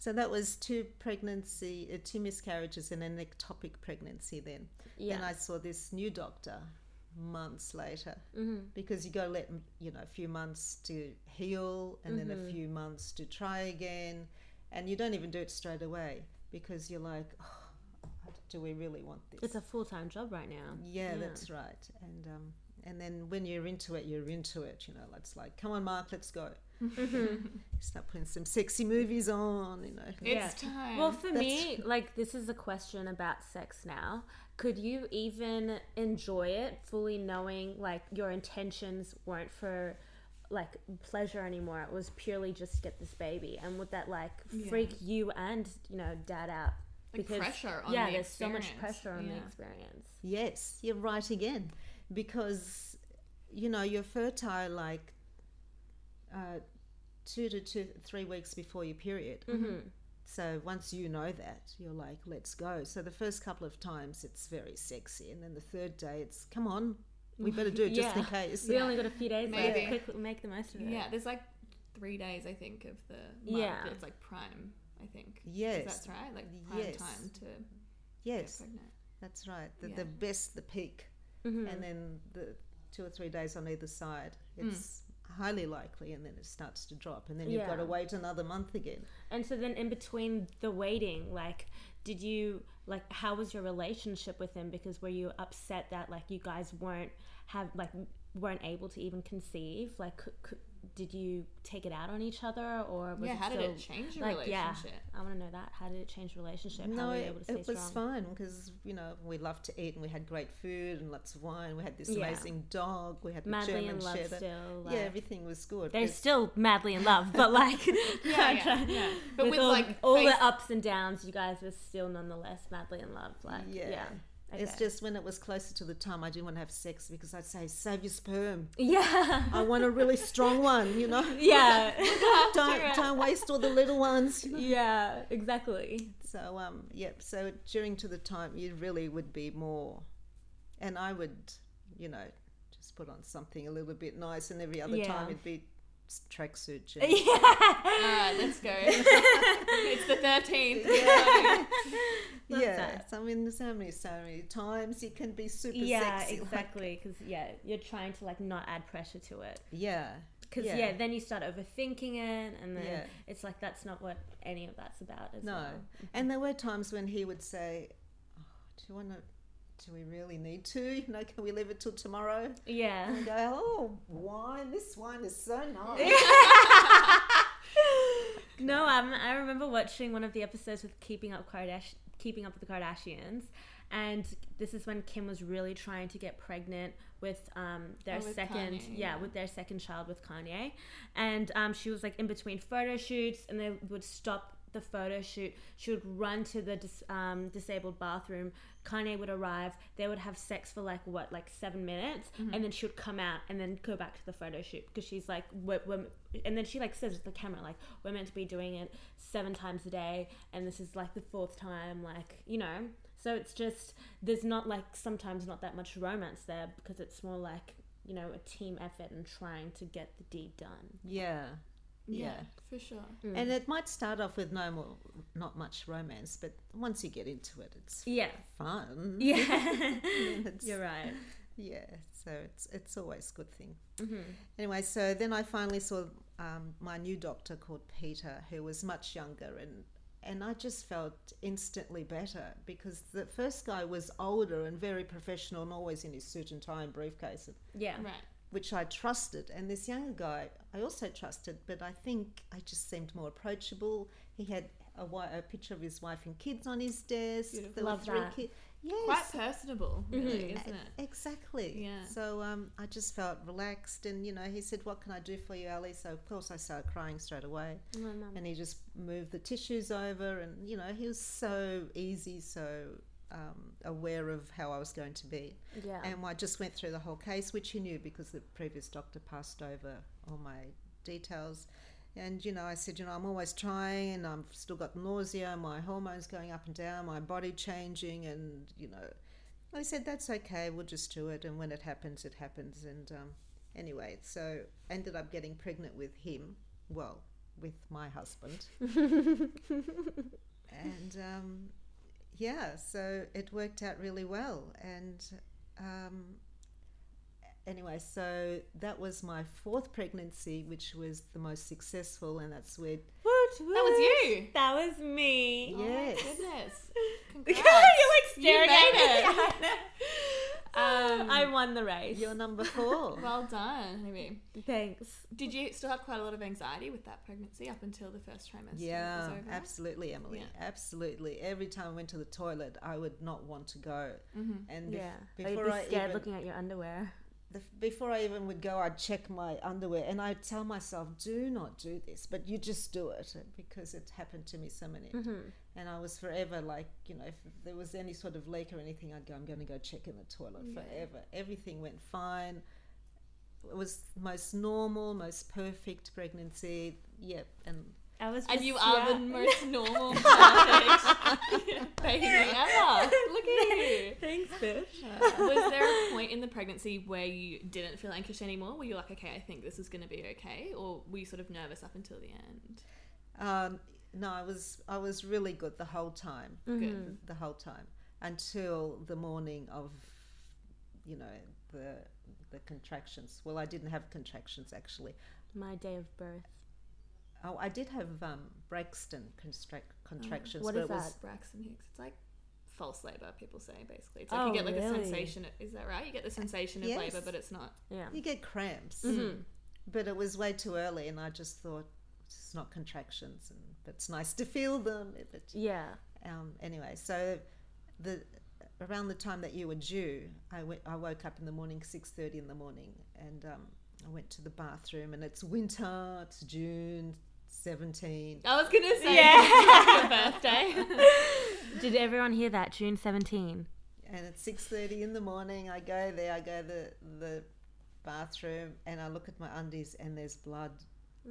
S3: so that was two pregnancy, uh, two miscarriages, and an ectopic pregnancy. Then,
S1: Yeah.
S3: then I saw this new doctor months later
S1: Mm-hmm.
S3: because you got to let m- you know a few months to heal, and then
S1: Mm-hmm.
S3: a few months to try again, and you don't even do it straight away because you're like, "Oh, do we really want this?
S1: It's a full time job right now.
S3: Yeah,
S1: Yeah.
S3: that's right. And um, and then when you're into it, you're into it. You know, it's like, come on, Mark, let's go.
S1: Mm-hmm.
S3: Start putting some sexy movies on. You know,
S2: It's time.
S1: Well, for
S3: That's-
S1: me, like this is a question about sex now. Could you even enjoy it fully knowing like your intentions weren't for like pleasure anymore? It was purely just to get this baby. And would that like freak you and, you know, dad out?
S2: Like, pressure on
S1: yeah,
S2: the
S1: there's so much
S2: experience.
S1: pressure on the
S2: Yeah.
S1: experience.
S3: Yes, you're right again, because you know you're fertile like uh, two to two three weeks before your period. Mm-hmm. So once you know that, you're like, let's go. So the first couple of times it's very sexy, and then the third day it's, come on, we better do it just in
S1: Yeah.
S3: case.
S1: We only got a few days left.
S2: Maybe.
S1: Quick, make the most of it.
S2: yeah, there's like three days I think of the month
S1: Yeah.
S2: that's like prime. I think.
S3: Yes.
S2: that's right. Like prime
S3: Yes.
S2: time to get
S3: Yes,
S2: pregnant.
S3: that's right. The,
S2: Yeah.
S3: the best, the peak,
S1: Mm-hmm. Hmm.
S3: and then the two or three days on either side. It's highly likely, and then it starts to drop, and then you've got to
S1: Yeah.
S3: wait another month again.
S1: And so then in between the waiting, like did you like how was your relationship with him because were you upset that like you guys weren't have like weren't able to even conceive? Like c- c- did you take it out on each other or was
S2: Yeah,
S1: it
S2: how did
S1: still,
S2: it change your
S1: like yeah,
S2: relationship?
S1: I want to know that. How did it change the relationship? how
S3: No,
S1: were you
S3: it,
S1: able to stay
S3: it was
S1: strong?
S3: fine because you know we loved to eat and we had great food and lots of wine. We had this
S1: Yeah.
S3: amazing dog. We had the
S1: Madly
S3: German
S1: in love
S3: Shepherd.
S1: still. Like,
S3: yeah, everything was good.
S1: they're
S3: But-
S1: still madly in love, but like
S2: Yeah, yeah, yeah. But with,
S1: all,
S2: like
S1: all
S2: face-
S1: the ups and downs, you guys were still nonetheless madly in love. Like yeah,
S3: Yeah. It's just when it was closer to the time, I didn't want to have sex because I'd say, "Save your sperm.
S1: yeah,
S3: I want a really strong one. You know,
S1: yeah.
S3: don't don't waste all the little ones." You know?
S1: Yeah, exactly.
S3: So um, yep. So during to the time, you really would be more, and I would, you know, just put on something a little bit nice, and every other
S1: Yeah.
S3: time it'd be s- tracksuit jeans.
S2: All right, let's go. it's the thirteenth.
S1: Love
S3: yeah,
S1: that.
S3: so I mean, so many, so many times you can be super
S1: yeah,
S3: sexy. like-
S1: exactly. Because yeah, you're trying to like not add pressure to it.
S3: yeah,
S1: Because yeah.
S3: Yeah.
S1: then you start overthinking it, and then
S3: Yeah.
S1: it's like that's not what any of that's about. As
S3: no.
S1: well.
S3: And there were times when he would say, oh, "Do you want to do we really need to? You know, can we leave it till tomorrow?
S1: Yeah.
S3: And go, oh, wine. This wine is so nice.
S1: No, um, I remember watching one of the episodes with Keeping Up Kardash- Keeping Up with the Kardashians, and this is when Kim was really trying to get pregnant with um their
S2: Oh, with
S1: second,
S2: Kanye,
S1: yeah,
S2: yeah.
S1: with their second child with Kanye, and um she was like in between photo shoots, and they would stop the photo shoot. She would run to the dis- um, disabled bathroom. Kanye would arrive. They would have sex for like what, like seven minutes,
S2: Mm-hmm.
S1: and then she would come out and then go back to the photo shoot because she's like, we're, we're, and then she like says to the camera, like, we're meant to be doing it seven times a day, and this is like the fourth time, like you know. So it's just there's not like sometimes not that much romance there because it's more like you know a team effort and trying to get the deed done.
S3: yeah. Yeah.
S2: for sure.
S3: And it might start off with no more, not much romance, but once you get into it, it's
S1: Yeah,
S3: fun.
S1: yeah,
S3: It's-
S1: you're right.
S3: Yeah, so it's it's always a good thing. Anyway, so then I finally saw um, my new doctor called Peter, who was much younger, and and I just felt instantly better because the first guy was older and very professional and always in his suit and tie and briefcase, and-
S1: Yeah,
S2: Right.
S3: which I trusted. And this younger guy, I also trusted, but I think I just seemed more approachable. He had a, wi- a picture of his wife and kids on his desk.
S2: Beautiful.
S3: There were
S1: Love
S3: three
S1: that.
S3: ki- Yes.
S2: Quite personable, really,
S3: E-
S1: Mm-hmm.
S2: isn't it?
S3: Exactly.
S2: Yeah.
S3: So um, I just felt relaxed, and you know, he said, "What can I do for you, Ali?" So of course I started crying straight away,
S1: My mum.
S3: and he just moved the tissues over, and you know, he was so easy, so um, aware of how I was going to be,
S1: Yeah.
S3: and I just went through the whole case, which he knew because the previous doctor passed over all my details. And you know, I said, you know, I'm always trying, and I've still got nausea, my hormones going up and down, my body changing, and you know, I said, that's okay, we'll just do it. And when it happens, it happens. And um, anyway, so ended up getting pregnant with him, well, with my husband. and um, yeah, so it worked out really well. And um, anyway, so that was my fourth pregnancy, which was the most successful. And that's where,
S1: Woot,
S2: That was
S1: woot.
S2: you.
S1: That was me.
S3: yes.
S2: Oh my goodness.
S1: You're
S2: Congrats.
S1: like
S2: You
S1: staring
S2: made
S1: at me.
S2: Um,
S1: I won the race.
S3: You're number four.
S2: well done, Amy.
S1: Thanks.
S2: Did you still have quite a lot of anxiety with that pregnancy up until the first trimester?
S3: Yeah,
S2: was over?
S3: absolutely, Emily.
S2: Yeah.
S3: Absolutely. Every time I went to the toilet, I would not want to go.
S2: Mm-hmm.
S3: And bef-
S1: Yeah.
S3: before
S1: I'd
S3: I
S1: be scared
S3: even
S1: looking at your underwear.
S3: the, before I even would go, I'd check my underwear and I'd tell myself, "Do not do this," but you just do it because it happened to me so many.
S1: Mm-hmm.
S3: And I was forever like, you know, if there was any sort of leak or anything, I'd go, "I'm going to go check in the toilet."
S2: Yeah.
S3: Forever, everything went fine. It was most normal, most perfect pregnancy. Yep, and
S1: I was.
S2: And
S1: just-
S2: you are the
S1: yeah.
S2: most normal, perfect baby ever. Look at you.
S1: Thanks, bitch.
S2: Was there a point in the pregnancy where you didn't feel anxious anymore? Were you like, okay, I think this is going to be okay? Or were you sort of nervous up until the end?
S3: Um, no, I was I was really good the whole time,
S1: Mm-hmm.
S2: Good.
S3: the whole time until the morning of, you know, the the contractions. Well, I didn't have contractions actually.
S1: My day of birth.
S3: Oh, I did have um, Braxton constrac- contractions.
S1: Mm. What
S3: but
S1: is
S3: it was,
S1: that?
S2: Braxton Hicks. It's like false labor, people say, basically. It's like
S1: Oh,
S2: you get like a
S1: really?
S2: sensation. Is that right? You get the sensation of
S3: Yes.
S2: labor, but it's not.
S1: Yeah.
S3: You get cramps,
S1: Mm-hmm.
S3: but it was way too early, and I just thought it's not contractions, and but it's nice to feel them. But
S1: Yeah.
S3: um, anyway, so the around the time that you were due, I went. I woke up in the morning, six thirty in the morning, and um, I went to the bathroom. And it's winter. It's June seventeen.
S2: I was going to say, yeah. your birthday.
S1: Did everyone hear that? June 17.
S3: and at six thirty in the morning, I go there. I go the the bathroom, and I look at my undies, and there's blood.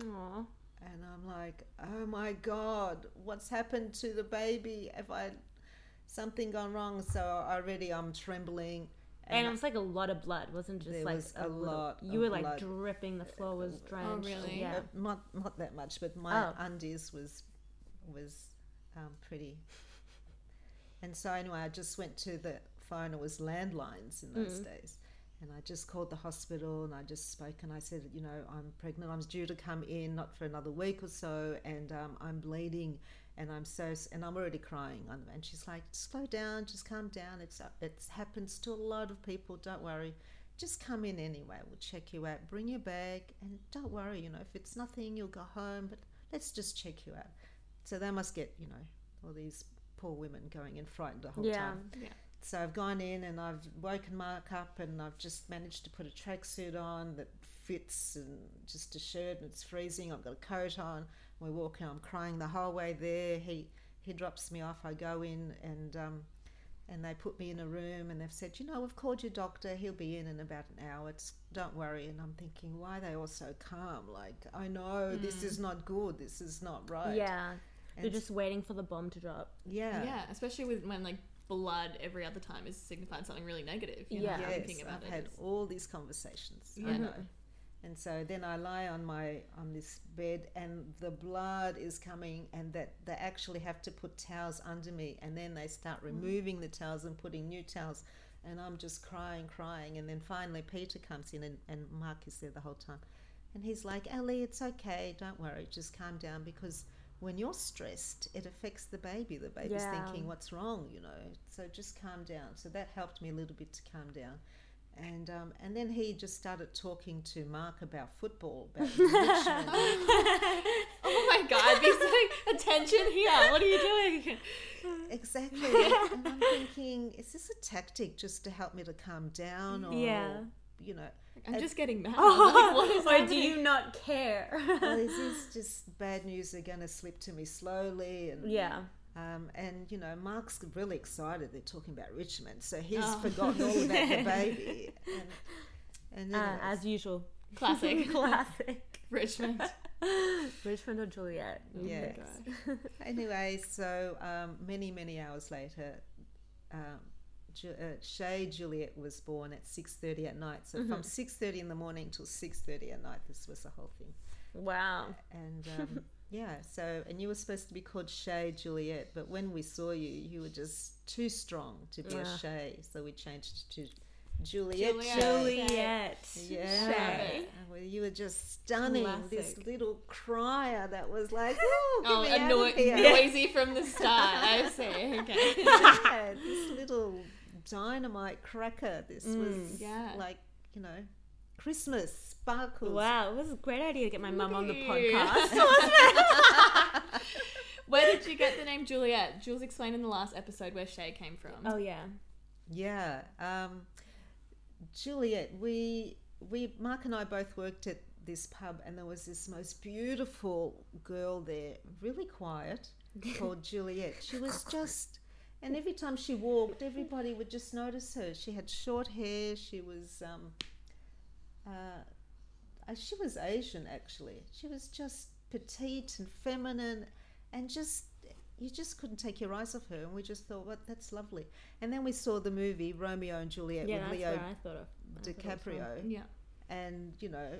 S1: Aw.
S3: And I'm like, oh my god, what's happened to the baby? Have I something gone wrong? So already I'm trembling. uh,
S1: And it was like a lot of blood, wasn't just
S3: There
S1: like
S3: was
S1: a,
S3: a
S1: little-
S3: lot
S1: You
S3: of
S1: were like
S3: blood.
S1: dripping. The floor was drenched.
S2: really?
S1: Yeah.
S3: Uh, not not that much, but my
S1: Oh.
S3: undies was was um, pretty. And so anyway, I just went to the phone. It was landlines in
S1: Mm.
S3: those days, and I just called the hospital and I just spoke and I said, you know, I'm pregnant. I'm due to come in not for another week or so, and um, I'm bleeding, and I'm so s- and I'm already crying on and she's like slow down just calm down it's it's happens to a lot of people don't worry just come in anyway we'll check you out bring your bag and don't worry you know if it's nothing you'll go home but let's just check you out so they must get you know all these poor women going and frightened the whole
S1: yeah.
S3: time so I've gone in and I've woken Mark up and I've just managed to put a tracksuit on that fits and just a shirt and it's freezing. I've got a coat on. We're walking. I'm crying the whole way there. He he drops me off. I go in and um, and they put me in a room and they've said, you know, we've called your doctor. He'll be in in about an hour. It's don't worry. And I'm thinking, why are they all so calm? Like I know this is not good. This is not right.
S1: Mm. Yeah. You're
S3: And-
S1: just waiting for the bomb to drop.
S3: yeah.
S2: Yeah, especially with when like blood every other time is signifying something really negative. You
S1: Yeah.
S2: know,
S1: Yes,
S2: thinking about
S3: I've
S2: it
S3: had
S2: is-
S3: all these conversations.
S2: Yeah.
S3: I know. And so then I lie on my on this bed, and the blood is coming, and that they actually have to put towels under me, and then they start removing the towels and putting new towels, and I'm just crying, crying, and then finally Peter comes in, and, and Mark is there the whole time, and he's like, "Ellie, it's okay, don't worry, just calm down because." When you're stressed, it affects the baby. The baby's
S1: Yeah.
S3: thinking, "What's wrong?" You know. So just calm down. So that helped me a little bit to calm down and um, and then he just started talking to Mark about football, about Richmond.
S2: Oh my god, these like attention here. What are you doing?
S3: exactly. And I'm thinking, is this a tactic just to help me to calm down, or
S1: Yeah.
S3: you know,
S2: I'm
S3: Uh,
S2: just getting mad. Like, what
S1: Oh,
S2: is
S1: or do
S2: happening?
S1: you not care?
S3: well, is this just bad news? Are going to slip to me slowly, and
S1: yeah.
S3: um, and you know, Mark's really excited. They're talking about Richmond, so he's
S2: Oh.
S3: forgotten all about the baby. And, and
S1: Uh,
S3: anyway,
S1: as usual.
S2: Classic Oh
S1: Classic.
S2: Richmond.
S1: Richmond or Juliet.
S3: Yes.
S2: Oh
S3: anyway, so um, many, many hours later, um, Ju- uh, Shay Juliet was born at 6.30 at night. So
S1: Mm-hmm.
S3: from 6.30 in the morning till 6.30 at night, this was the whole thing.
S1: Wow.
S3: And um, yeah, so, and you were supposed to be called Shay Juliet, but when we saw you, you were just too strong to be
S1: Yeah.
S3: a Shay. So we changed to Juliet.
S2: Juliet.
S3: Shay.
S1: Juliet.
S3: Yeah.
S1: Shay.
S3: Well, you were just stunning. This
S1: Classic.
S3: little crier that was like, oh, get me out
S2: anno-
S3: of here.
S2: noisy from the start. I see. Okay.
S3: yeah, this little dynamite cracker. This was
S2: Yeah.
S3: like, you know, Christmas sparkles.
S1: Wow, it was a great idea to get my mum on the
S2: Look at you.
S1: podcast.
S2: Where did you get the name Juliet? Jules explained in the last episode where Shay came from.
S1: Oh yeah.
S3: Yeah. Um, Juliet, we we Mark and I both worked at this pub and there was this most beautiful girl there, really quiet, called Juliet. She was just and every time she walked, everybody would just notice her. She had short hair, she was um uh, uh, she was Asian actually. She was just petite and feminine and just you just couldn't take your eyes off her and we just thought, What that's lovely. And then we saw the movie Romeo and Juliet
S1: Yeah,
S3: with
S1: that's
S3: Leo
S1: what I thought of. I thought it was
S3: DiCaprio,
S2: Yeah.
S3: and you know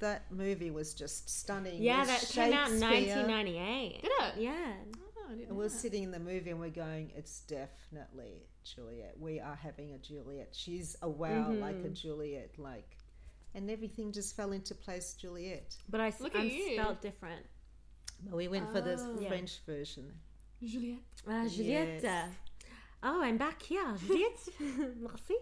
S3: that movie was just stunning.
S1: Yeah,
S3: With
S1: that came out in
S3: Shakespeare.
S1: 1998.
S2: Did it?
S1: Yeah.
S2: Oh, I didn't
S3: And
S2: know
S3: we're
S2: that.
S3: sitting in the movie and we're going, it's definitely Juliet. We are having a Juliet. She's a wow, like a
S1: Mm-hmm.
S3: Juliet, like, and everything just fell into place. Juliet.
S1: But I s-
S2: Look at
S1: I'm
S2: you.
S1: spelled different.
S3: But we went for the
S2: Oh.
S1: Yeah.
S3: French version.
S2: Juliet.
S1: Ah, Juliet.
S3: Yes.
S1: Oh, I'm back here, Juliet. Merci.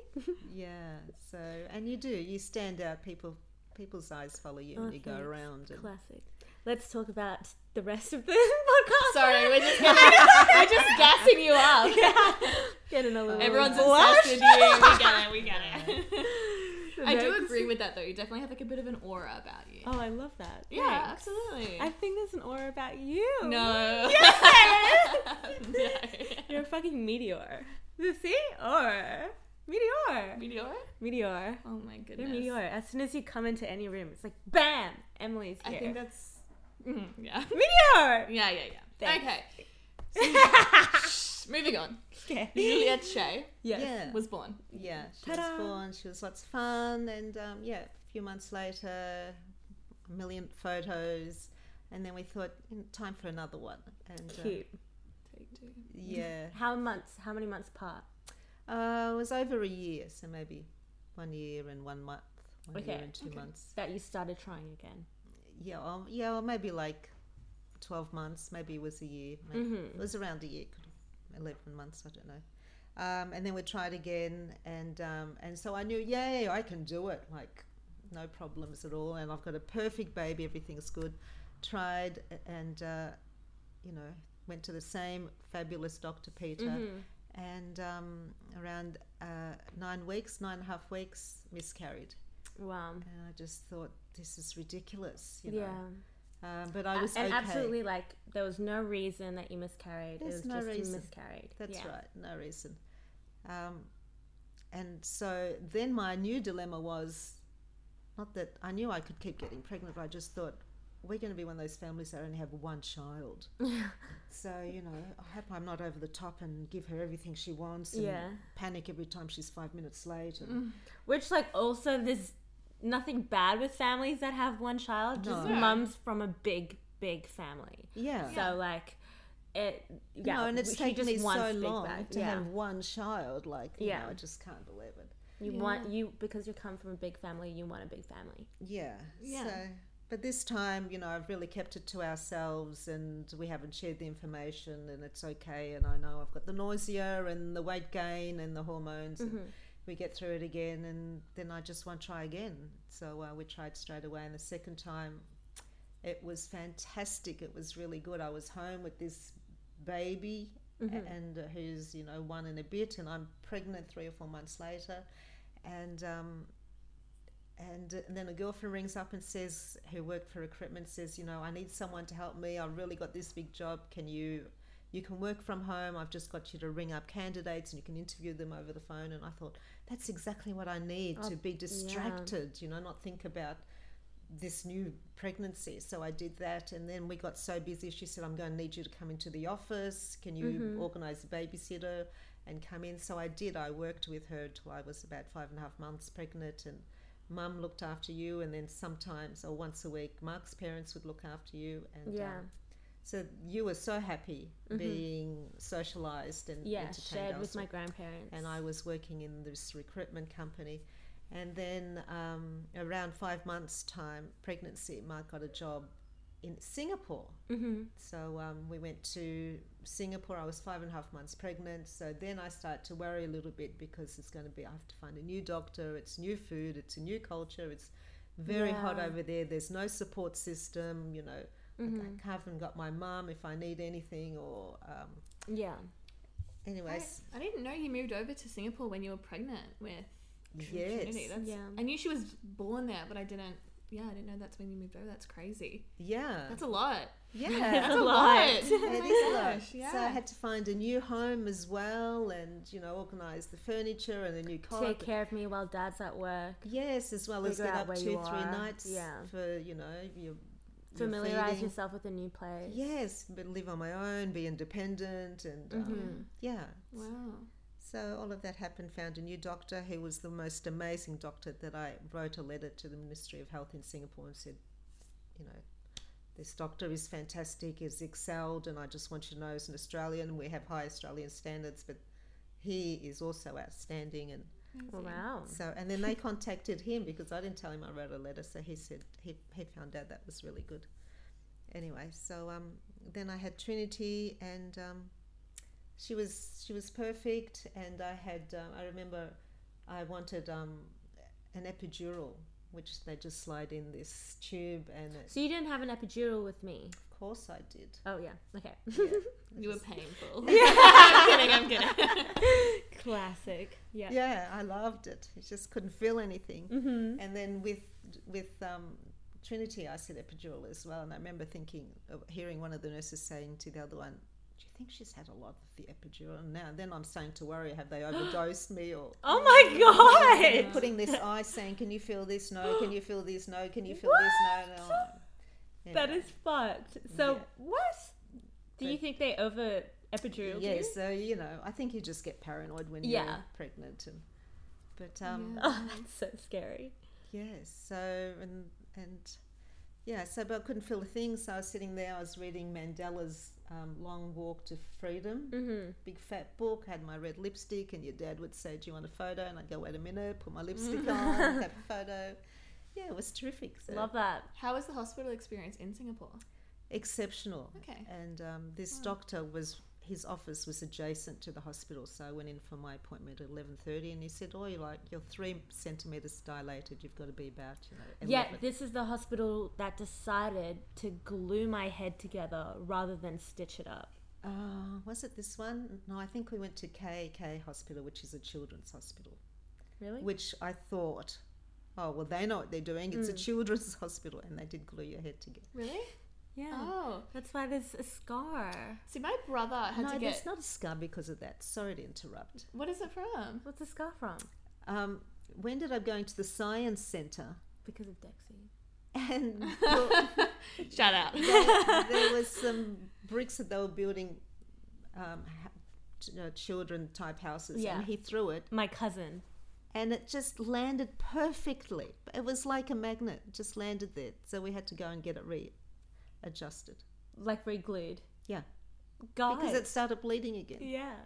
S3: Yeah. So, and you do. You stand out. People, people's eyes follow you,
S1: Oh,
S3: and you go
S1: thanks.
S3: around. And,
S1: Classic. Let's talk about the rest of the podcast.
S2: Sorry, we're just we're just gassing you up.
S1: Get in a little
S2: Everyone's
S1: blush.
S2: obsessed with you. We get it. We get it. I do
S1: Very-
S2: agree with that though. You definitely have like a bit of an aura about you.
S1: Oh, I love that.
S2: yeah,
S1: Thanks.
S2: absolutely.
S1: I think there's an aura about you.
S2: no.
S1: You're a fucking meteor. You see? Or. Meteor.
S2: Meteor?
S1: Meteor.
S2: Oh my
S1: You're
S2: goodness.
S1: a meteor. As soon as you come into any room, it's like, bam! Emily's
S2: I
S1: here.
S2: think that's mm, yeah.
S1: meteor!
S2: Yeah, yeah, yeah.
S1: Thanks.
S2: Okay. Shh, Moving on.
S1: Okay.
S2: Juliet Shay
S1: Yes.
S3: Yeah.
S2: was born.
S3: Yeah, she
S1: Ta-da.
S3: was born. She was lots of fun, and um, yeah, a few months later, a million photos, and then we thought "Mm, time for another one. And uh,
S1: Cute.
S2: Take two.
S3: yeah,
S1: How months? How many months apart?
S3: uh, it was over a year, so maybe one year and one month, one
S1: Okay,
S3: year and two months.
S1: That you started trying again.
S3: Yeah, or, yeah, or maybe like 12 months, maybe it was a year. Maybe It
S1: Mm-hmm.
S3: was around a year, could have- 11 months, I don't know. Um, and then we tried again. And, um, and so I knew, yay, I can do it. Like, no problems at all. And I've got a perfect baby, everything's good. Tried a- and, uh, you know, went to the same fabulous Dr. Peter.
S1: Mm-hmm.
S3: And um, around uh, nine weeks, nine and a half weeks, miscarried.
S1: Wow.
S3: And I just thought, this is ridiculous, you know.
S1: yeah.
S3: Um, but I was
S1: A- and
S3: okay.
S1: absolutely like there was no reason that you miscarried.
S3: There's
S1: it was
S3: no
S1: just
S3: reason.
S1: miscarried.
S3: That's
S1: yeah.
S3: right, no reason. Um, and so then my new dilemma was not that I knew I could keep getting pregnant, but I just thought we're going to be one of those families that only have one child. so, you know, I hope I'm not over the top and give her everything she wants and
S1: Yeah. Mm.
S3: panic every time she's five minutes late. And
S1: Which like also there's nothing bad with families that have one child, just
S3: No.
S1: mums from a big, big family.
S3: Yeah.
S1: So like it yeah,
S3: No, and it's
S1: she
S3: taken
S1: just
S3: me
S1: wants
S3: so
S1: big
S3: long
S1: bag.
S3: to
S1: yeah.
S3: have one child. Like, you
S1: Yeah.
S3: know, I just can't believe it.
S1: You
S2: Yeah.
S1: want you because you come from a big family, you want a big family.
S3: Yeah.
S2: Yeah.
S3: So, but this time, you know, I've really kept it to ourselves and we haven't shared the information and it's okay. And I know I've got the nausea and the weight gain and the hormones. And we get through it again and then I just want to try again. So uh, we tried straight away. And the second time, it was fantastic. It was really good. I was home with this baby and uh, who's you know one in a bit and i'm pregnant three or four months later and um and, uh, and then a girlfriend rings up and says who worked for recruitment says you know i need someone to help me i've really got this big job can you you can work from home i've just got you to ring up candidates and you can interview them over the phone and i thought that's exactly what i need
S1: Oh,
S3: to be distracted you know not think about this new pregnancy. So I did that, and then we got so busy. She said, "I'm going to need you to come into the office. Can you
S1: Mm-hmm.
S3: organise a babysitter and come in?" So I did. I worked with her till I was about five and a half months pregnant, and Mum looked after you, and then sometimes or once a week, Mark's parents would look after you, and
S1: Yeah. Mm-hmm.
S3: um, so you were so happy being socialised and
S1: Yeah,
S3: entertained.
S1: shared
S3: I
S1: with
S3: was
S1: my grandparents.
S3: and I was working in this recruitment company. And then um, around five months' time, pregnancy, Mark got a job in Singapore.
S1: mm-hmm.
S3: So um, we went to Singapore. I was five and a half months pregnant. So then I start to worry a little bit because it's going to be, I have to find a new doctor, it's new food, it's a new culture, it's very hot
S1: Yeah.
S3: over there, there's no support system, you know. I-
S1: Mhm.
S2: Mm-hmm.
S3: I haven't got my mum if I need anything or. Um,
S1: Yeah.
S2: I,
S3: anyways,
S2: I didn't know you moved over to Singapore when you were pregnant with Trin-
S3: yes.
S2: Trinity. That's,
S1: Yeah.
S2: I knew she was born there, but I didn't. Yeah, I didn't know that's when you moved over. That's crazy.
S3: Yeah.
S2: That's a lot.
S3: yeah.
S2: That's a lot.
S1: lot.
S2: Oh
S3: It
S2: my
S3: is
S2: gosh,
S3: lush.
S2: Yeah.
S3: So I had to find a new home as well, and you know, organise the furniture and a new cot.
S1: Take care of me while dad's at work.
S3: Yes, as well as
S1: Figure
S3: get
S1: out
S3: up
S1: where
S3: two, three
S1: you are.
S3: nights
S1: Yeah.
S3: for you know your your
S1: Familiarize
S3: feeding.
S1: yourself with a new place.
S3: Yes, but live on my own, be independent, and um,
S1: Mhm.
S3: yeah.
S2: wow.
S3: So all of that happened. Found a new doctor who was the most amazing doctor that I wrote a letter to the Ministry of Health in Singapore and said, you know, this doctor is fantastic, is excelled, and I just want you to know as an Australian, we have high Australian standards, but he is also outstanding. And
S1: Wow.
S3: so, and then they contacted him because I didn't tell him I wrote a letter, so he said he, he found out that was really good. Anyway, so um, then I had Trinity, and um, she was she was perfect, and I had um, I remember I wanted um, an epidural, which they just slide in this tube, and it,
S1: So you didn't have an epidural with me.
S3: of course I did.
S1: Oh yeah. Okay.
S2: You were painful. Yeah. I'm kidding. I'm kidding.
S1: Classic. Yeah.
S3: Yeah, I loved it. I just couldn't feel anything.
S1: Mm-hmm.
S3: And then with with um, Trinity, I said epidural as well, and I remember thinking, of hearing one of the nurses saying to the other one, "Do you think she's had a lot of the epidural?" And now then I'm starting to worry: have they overdosed me or?
S1: Oh my god.
S3: Putting this eye saying, "Can you feel this? No. Can you feel this? No. Can you feel this? No." no. Anyway,
S1: That is fucked. So
S3: Yeah.
S1: what? Do you
S3: But-
S1: think they over epidural?
S3: yeah. So you know, I think you just get paranoid when
S1: Yeah.
S3: you're pregnant, and but um,
S2: Yeah.
S1: Oh, that's so scary.
S3: Yes. So and and yeah. So but I couldn't feel a thing. So I was sitting there. I was reading Mandela's um, Long Walk to Freedom,
S1: Mm-hmm.
S3: big fat book. Had my red lipstick, and your dad would say, "Do you want a photo?" And I'd go, "Wait a minute, put my lipstick on, have a photo." Yeah, it was terrific. So
S1: Love that.
S2: How was the hospital experience in Singapore?
S3: exceptional.
S2: Okay.
S3: And um,
S1: Hmm.
S3: this doctor was his office was adjacent to the hospital, so I went in for my appointment at eleven thirty, and he said, "Oh, you're like you're three centimeters dilated. You've got to be about you know." 11.
S1: Yeah, this is the hospital that decided to glue my head together rather than stitch it up.
S3: Uh, was it this one? No, I think we went to KK Hospital, which is a children's hospital,
S1: Really?
S3: which I thought, oh, well, they know what they're doing. It's a
S2: Mm.
S3: children's hospital, and they did glue your head together.
S2: Really?
S1: yeah.
S2: Oh.
S1: That's why there's a scar.
S2: See, my brother had
S3: no,
S2: to
S3: there's
S2: get.
S3: not a scar because of that. Sorry to interrupt.
S2: What is it from?
S1: What's the scar from?
S3: Um, we ended up going to the science centre,
S1: Because of Dexie.
S3: and well,
S2: Shout out.
S3: there, there was some bricks that they were building, um, ha- ch- uh, children type houses,
S1: Yeah.
S3: and he threw it,
S1: My cousin.
S3: and it just landed perfectly. It was like a magnet, it just landed there. So we had to go and get it readjusted.
S1: Like re-glued.
S3: Yeah,
S1: God.
S3: because it started bleeding again.
S1: Yeah.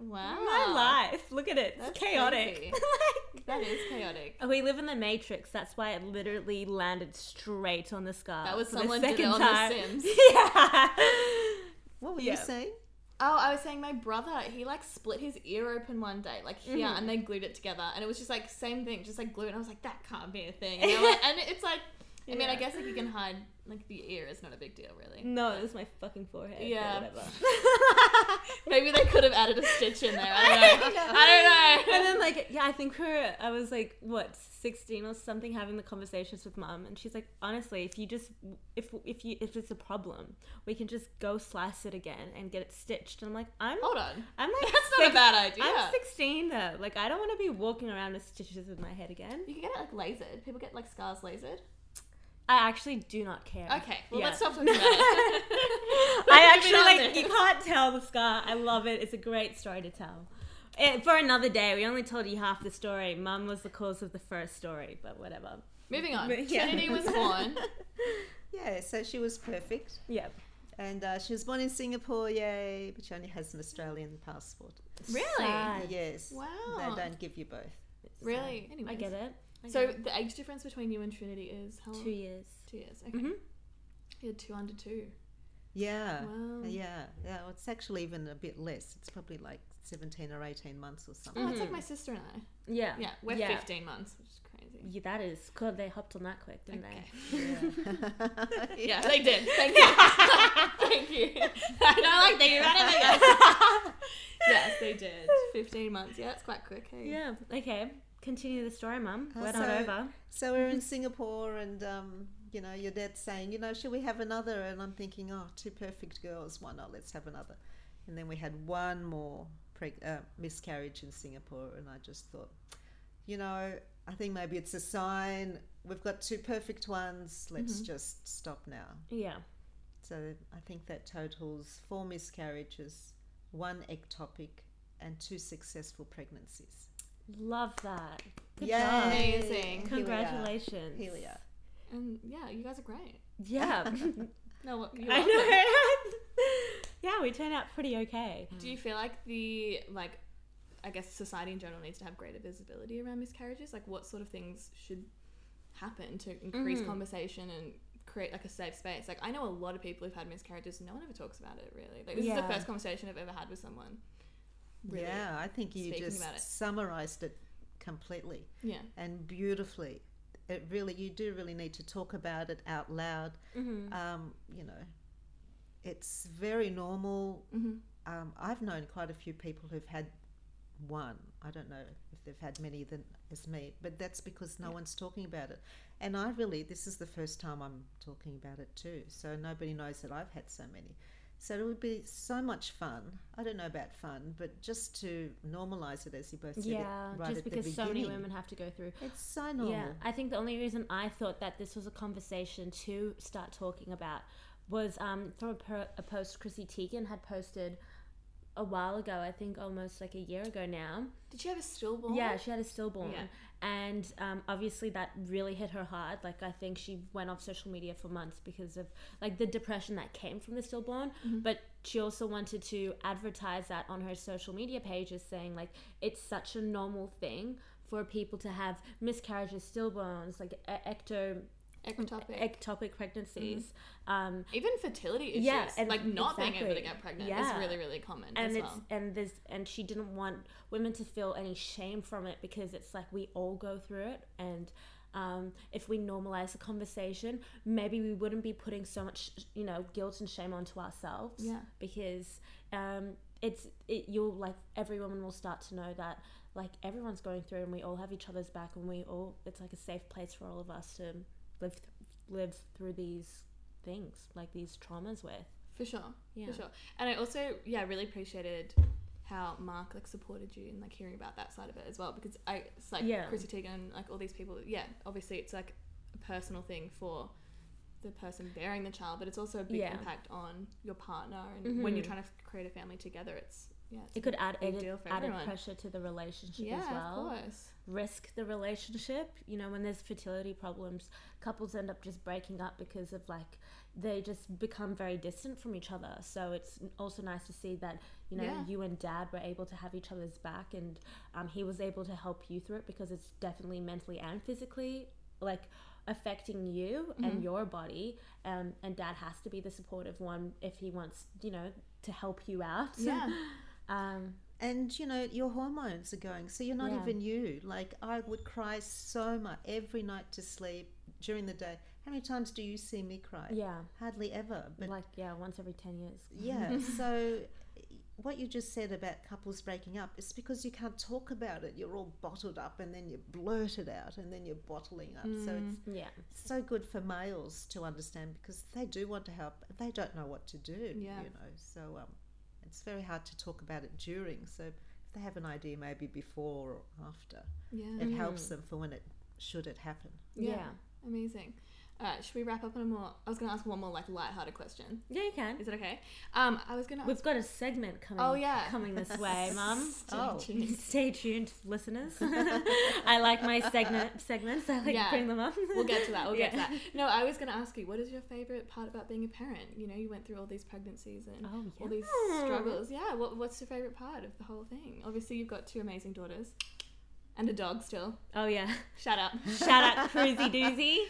S2: Wow.
S1: My life. Look at it.
S2: Ah. That's
S1: it's chaotic.
S2: crazy. That is chaotic.
S1: we live in the Matrix. That's why it literally landed straight on the scar.
S2: That was
S1: for the
S2: someone did it
S1: second
S2: on
S1: time.
S2: uh, The Sims.
S1: yeah.
S3: What were you
S1: Yeah.
S3: saying?
S2: Oh, I was saying my brother, he like split his ear open one day, like here,
S1: Mm-hmm.
S2: and they glued it together. And it was just like same thing, just like glue. And I was like, that can't be a thing. And, they're like- and it's like, I mean, I
S1: Yeah.
S2: guess like you can hide, like the ear is not a big deal, really.
S1: No, it was my fucking forehead. Yeah.
S2: Yeah.
S1: whatever.
S2: Maybe they could have added a stitch in there. I don't know. I don't know.
S1: And then like yeah, I think her I was like what sixteen or something having the conversations with mum, and she's like, honestly, if you just if if you if it's a problem, we can just go slice it again and get it stitched. And I'm like, I'm
S2: Hold on.
S1: I'm like
S2: That's not a bad idea.
S1: I'm sixteen though. Like I don't want to be walking around with stitches in my head again.
S2: You can get it like lasered. People get like scars lasered.
S1: I actually do not care.
S2: Okay, well
S1: Yeah.
S2: let's stop talking about it.
S1: I
S2: Keep it
S1: actually
S2: on
S1: like
S2: there.
S1: you can't tell the scar. I love it. It's a great story to tell. Eh, for another day, we only told you half the story. Mum was the cause of the first story, but whatever.
S2: Moving on.
S1: But, yeah.
S2: Trinity was born.
S3: Yeah, so she was perfect,
S1: Yep.
S3: and uh, she was born in Singapore, yay! But she only has an Australian passport.
S2: Really?
S1: Sad.
S3: Yes.
S2: Wow.
S3: They don't give you both.
S2: Really? Anyways.
S1: I get it. I
S2: So
S1: get
S2: the age difference between you and Trinity is how
S1: it.
S2: long?
S1: two years.
S2: Two years. Okay.
S1: Mhm.
S2: You're two under two.
S1: Uh,
S3: Yeah.
S2: Wow.
S3: Yeah. Yeah. Well, it's actually even a bit less. It's probably like 17 or 18 months or something.
S2: Oh, it's like my sister and I.
S1: Mm-hmm. Yeah.
S2: Yeah, we're
S1: Yeah.
S2: 15 months, which is crazy.
S1: Yeah, that is. God, they hopped on that quick, didn't
S2: Okay.
S3: Mm-hmm.
S2: Yeah,
S3: Yeah.
S2: they did. Thank you. Thank you. I don't like thinking about it. but yes. yes, they did. 15 months. Yeah, that's quite quick.
S1: they?
S2: Hey?
S1: Yeah. Okay. Continue the story, Mum.
S3: Uh,
S1: we're not
S3: so-
S1: over.
S3: So we're
S1: Mm-hmm.
S3: in Singapore, and um, you know, your dad's saying, you know, should we have another? And I'm thinking, oh, two perfect girls, why not? Let's have another. And then we had one more preg- uh, miscarriage in Singapore, and I just thought, you know, I think maybe it's a sign. We've got two perfect ones. Let's
S1: Mm-hmm.
S3: just stop now.
S1: Yeah.
S3: So I think that totals four miscarriages, one ectopic, and two successful pregnancies.
S1: Love that. Good
S3: Yay!
S1: job.
S2: Amazing.
S3: Here we are.
S1: Congratulations.
S3: Here we are.
S2: And yeah, you guys are great.
S1: Yeah.
S2: No, what, you're
S1: I
S2: welcome.
S1: know. yeah, we turned out pretty okay.
S2: Do you feel like the like I guess society in general needs to have greater visibility around miscarriages? Like what sort of things should happen to increase
S1: Mhm.
S2: conversation and create like a safe space? Like I know a lot of people who've had miscarriages and no one ever talks about it really. Like this is
S1: Yeah.
S2: the first conversation I've ever had with someone. Really.
S3: Yeah, I think you
S2: speaking
S3: just
S2: about it.
S3: summarized it completely
S2: Yeah.
S3: and beautifully. It really, you do really need to talk about it out loud.
S2: Mm-hmm. Mm.
S1: Mhm.
S3: Um, you know, it's very normal.
S2: Mm-hmm.
S3: Um, I've known quite a few people who've had one. I don't know if they've had many than as me, but that's because no one's talking about it. And I really, this is the first time I'm talking about it too. So nobody knows that I've had so many. So it would be so much fun. I don't know about fun, but just to normalize it, as you both said, it
S1: Yeah,
S3: right
S1: just
S3: at the
S1: because so many
S3: beginning.
S1: women have to go through.
S3: It's so normal.
S1: Yeah, I think the only reason I thought that this was a conversation to start talking about was um, from a, per- a post Chrissy Teigen had posted a while ago, I think almost like a year ago now.
S2: Did you have a stillborn?
S1: Yeah, she had a stillborn.
S2: Yeah.
S1: And um, obviously that really hit her hard. Like, I think she went off social media for months because of, like, the depression that came from the stillborn.
S2: Mm-hmm.
S1: But she also wanted to advertise that on her social media pages, saying, like, it's such a normal thing for people to have miscarriages, stillborns, like, e- ecto
S2: Ectopic. Mm-hmm.
S1: ectopic pregnancies. Um,
S2: Even fertility issues.
S1: Yeah, and-
S2: like not being able to
S1: exactly.
S2: get pregnant
S1: Yeah.
S2: is really, really common
S1: and
S2: as
S1: it's
S2: well.
S1: and there's and she didn't want women to feel any shame from it because it's like we all go through it and um, if we normalize the conversation maybe we wouldn't be putting so much you know guilt and shame onto ourselves
S2: Yeah.
S1: because um, it's it, you'll like every woman will start to know that like everyone's going through and we all have each other's back and we all it's like a safe place for all of us to live th- live through these things like these traumas with
S2: For sure.
S1: yeah
S2: For sure. And I also, yeah, really appreciated how Mark like supported you and like hearing about that side of it as well because I it's like
S1: Yeah.
S2: Chrissy Teigen, like all these people. Yeah, obviously it's like a personal thing for the person bearing the child, but it's also a big
S1: Yeah.
S2: impact on your partner and when you're
S1: Mhm.
S2: trying to f- create a family together. It's yeah, it's
S1: It could add
S2: big
S1: added,
S2: deal for
S1: added
S2: everyone.
S1: pressure to the relationship
S2: yeah,
S1: as well.
S2: of course.
S1: Risk the relationship. You know, when there's fertility problems, couples end up just breaking up because of like they just become very distant from each other. So it's n- also nice to see that you know
S2: Yeah.
S1: you and Dad were able to have each other's back, and um, he was able to help you through it because it's definitely mentally and physically like affecting you
S2: Mm-hmm.
S1: and your body um, and dad has to be the supportive one if he wants you know to help you out
S2: Yeah,
S1: um,
S3: and you know your hormones are going so you're not
S1: Yeah.
S3: even you like i would cry so much every night to sleep during the day how many times do you see me cry
S1: yeah
S3: hardly ever but
S1: like yeah, once every ten years.
S3: yeah so what you just said about couples breaking up is because you can't talk about it you're all bottled up and then you blurt it out and then you're bottling up so it's
S1: Yeah,
S3: so good for males to understand because they do want to help but they don't know what to do
S2: Yeah.
S3: you know so um, it's very hard to talk about it during so if they have an idea maybe before or after
S2: yeah,
S3: it helps them for when it should it happen
S2: yeah.
S1: Yeah.
S2: Amazing. All right, should we wrap up on a more? I was gonna ask one more like lighthearted question.
S1: yeah, you can.
S2: Is it okay? Um, I was gonna.
S1: We've got a segment coming.
S2: Oh, yeah.
S1: coming this way, Mum.
S2: Stay
S3: Oh.
S2: tuned.
S1: Stay tuned, listeners. I like my segment segments. I like
S2: Yeah.
S1: bring them up.
S2: We'll get to that. We'll get to
S1: Yeah.
S2: that. No, I was going to ask you, what is your favorite part about being a parent? You know, you went through all these pregnancies and
S1: Oh yeah.
S2: all these struggles. Yeah. What, what's your favorite part of the whole thing? Obviously, you've got two amazing daughters and a dog still.
S1: Oh yeah.
S2: Shout out.
S1: Shout out, Cruzy Doozy.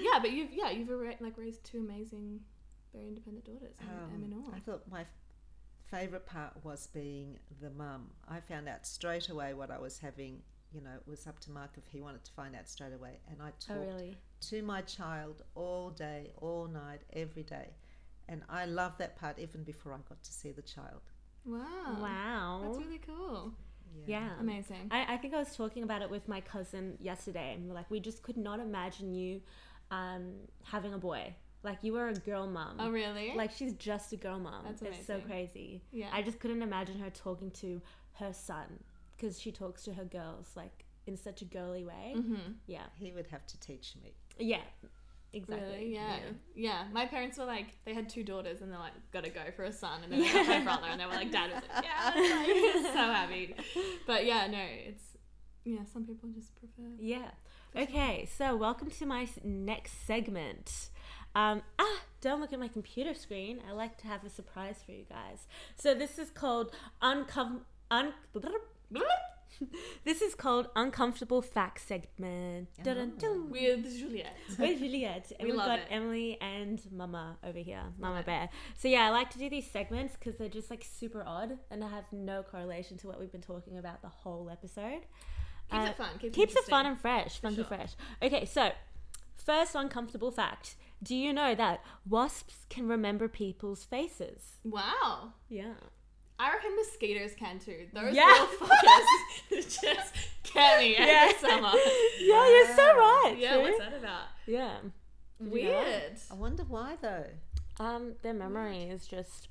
S2: yeah, but you've yeah you've alre- like raised two amazing, very independent daughters. Em-
S3: Um,
S2: Em and Orr.
S3: I thought my favorite part was being the mum. I found out straight away what I was having. You know, it was up to Mark if he wanted to find out straight away. And I
S1: Oh
S3: talked
S1: really?
S3: to my child all day, all night, every day. And I love that part even before I got to see the child.
S2: Wow.
S1: Wow.
S2: That's really cool.
S1: yeah.
S2: Amazing.
S1: I, I think I was talking about it with my cousin yesterday, and we're like, we just could not imagine you um, having a boy. Like you were a girl mum.
S2: oh really?
S1: Like she's just a girl mom.
S2: That's
S1: it's so
S2: amazing.
S1: crazy.
S2: yeah.
S1: I just couldn't imagine her talking to her son because she talks to her girls like in such a girly way.
S2: mm-hmm.
S1: Yeah,
S3: He would have to teach me.
S1: yeah, exactly.
S2: Really? Yeah. yeah. My parents were like, they had two daughters and they're like, gotta go for a son. And then they got my brother and they were like, dad was like, yeah, it's like, so happy. But yeah, no, it's, yeah, some people just prefer.
S1: Yeah. Okay, so welcome to my s- next segment. Um, ah, don't look at my computer screen. I like to have a surprise for you guys. So this is called uncom un. This is called uncomfortable fact segment. Dun-dun-dun.
S2: Oh. With Juliet.
S1: With Juliet. And
S2: We
S1: we have
S2: love
S1: got
S2: it.
S1: Emily and Mama over here, Mama
S2: it.
S1: Bear. So yeah, I like to do these segments because they're just like super odd and they have no correlation to what we've been talking about the whole episode.
S2: Keeps
S1: Uh,
S2: it fun. Keeps,
S1: Keeps it fun
S2: interesting.
S1: and fresh, funky
S2: sure.
S1: fresh. Okay, so first uncomfortable fact. Do you know that wasps can remember people's faces?
S2: Wow.
S1: Yeah.
S2: I reckon mosquitoes can too. Those
S1: Yeah.
S2: little fuckers just get me every
S1: Yeah.
S2: summer.
S1: Yeah, you're so
S3: Wow.
S1: right.
S2: Yeah,
S1: Sue.
S2: what's that about?
S1: Yeah. Did you know that?
S2: Weird.
S3: I wonder why though.
S1: Um, their memory is just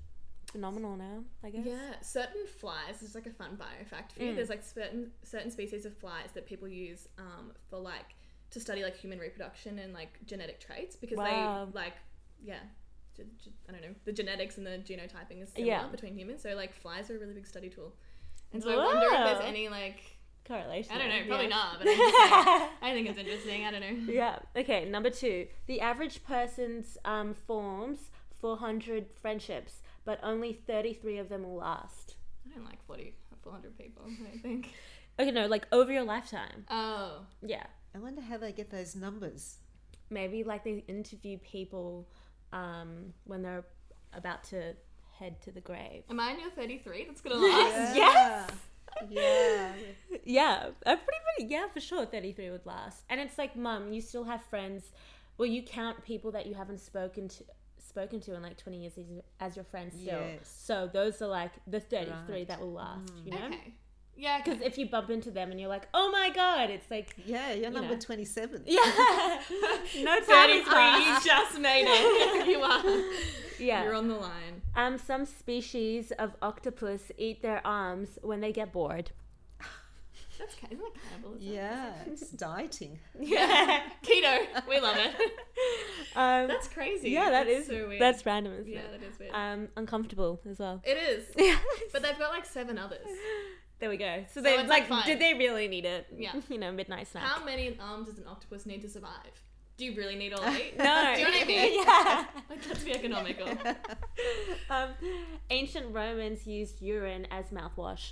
S1: phenomenal now, I guess.
S2: Yeah, certain flies. There's like a fun bio fact for you.
S1: Mm.
S2: There's like certain certain species of flies that people use um, for like to study like human reproduction and like genetic traits because
S1: Wow.
S2: they like yeah, ge- ge- I don't know the genetics and the genotyping is similar
S1: Yeah.
S2: between humans. So like flies are a really big study tool. And so I wonder if
S1: Wow.
S2: there's any like
S1: Correlation.
S2: I don't know
S1: yeah.
S2: probably not, but I'm just saying, I think it's interesting. I don't know.
S1: Yeah. Okay. Number two, the average person's um, forms 400 friendships, but only 33 of them will last.
S2: I don't like 40, 400 people. I don't think.
S1: Okay, no, like over your lifetime.
S2: Oh,
S1: Yeah.
S3: I wonder how they get those numbers.
S1: maybe like they interview people um, when they're about to head to the grave.
S2: Am I in your 33? That's gonna last.
S1: Yes!
S3: Yeah.
S1: Yeah, a pretty pretty yeah for sure. Thirty three would last, and it's like, mum, you still have friends. Well, you count people that you haven't spoken to spoken to in like twenty years as, as your friends still.
S3: Yes.
S1: So those are like the thirty three
S3: Right. Mm-hmm.
S1: that will last. You know,
S2: Okay. Yeah,
S1: because
S2: because
S1: if you bump into them and you're like, oh my god, it's like
S3: Yeah, you're number
S1: know.
S3: 27.
S1: yeah, no time
S2: thirty
S1: is
S2: three, you
S1: passed.
S2: just made it. you are.
S1: Yeah.
S2: You're on the line.
S1: Um, some species of octopus eat their arms when they get bored.
S2: That's kind isn't that cannibalism?
S3: Yeah, it's dieting.
S2: Yeah. Keto. We love it.
S1: Um,
S2: That's crazy.
S1: yeah, that
S2: that's
S1: is
S2: so weird.
S1: that's random, isn't
S2: yeah,
S1: it?
S2: that is weird.
S1: Um, uncomfortable as well.
S2: it is. But they've got like seven others.
S1: There we go. So, they
S2: it's
S1: like,
S2: like fine.
S1: did they really need it?
S2: Yeah.
S1: You know, midnight snack.
S2: How many arms does an octopus need to survive? Do you really need all eight?
S1: no.
S2: Do you know what I mean?
S1: yeah.
S2: Like let's be economical.
S1: Um, ancient Romans used urine as mouthwash.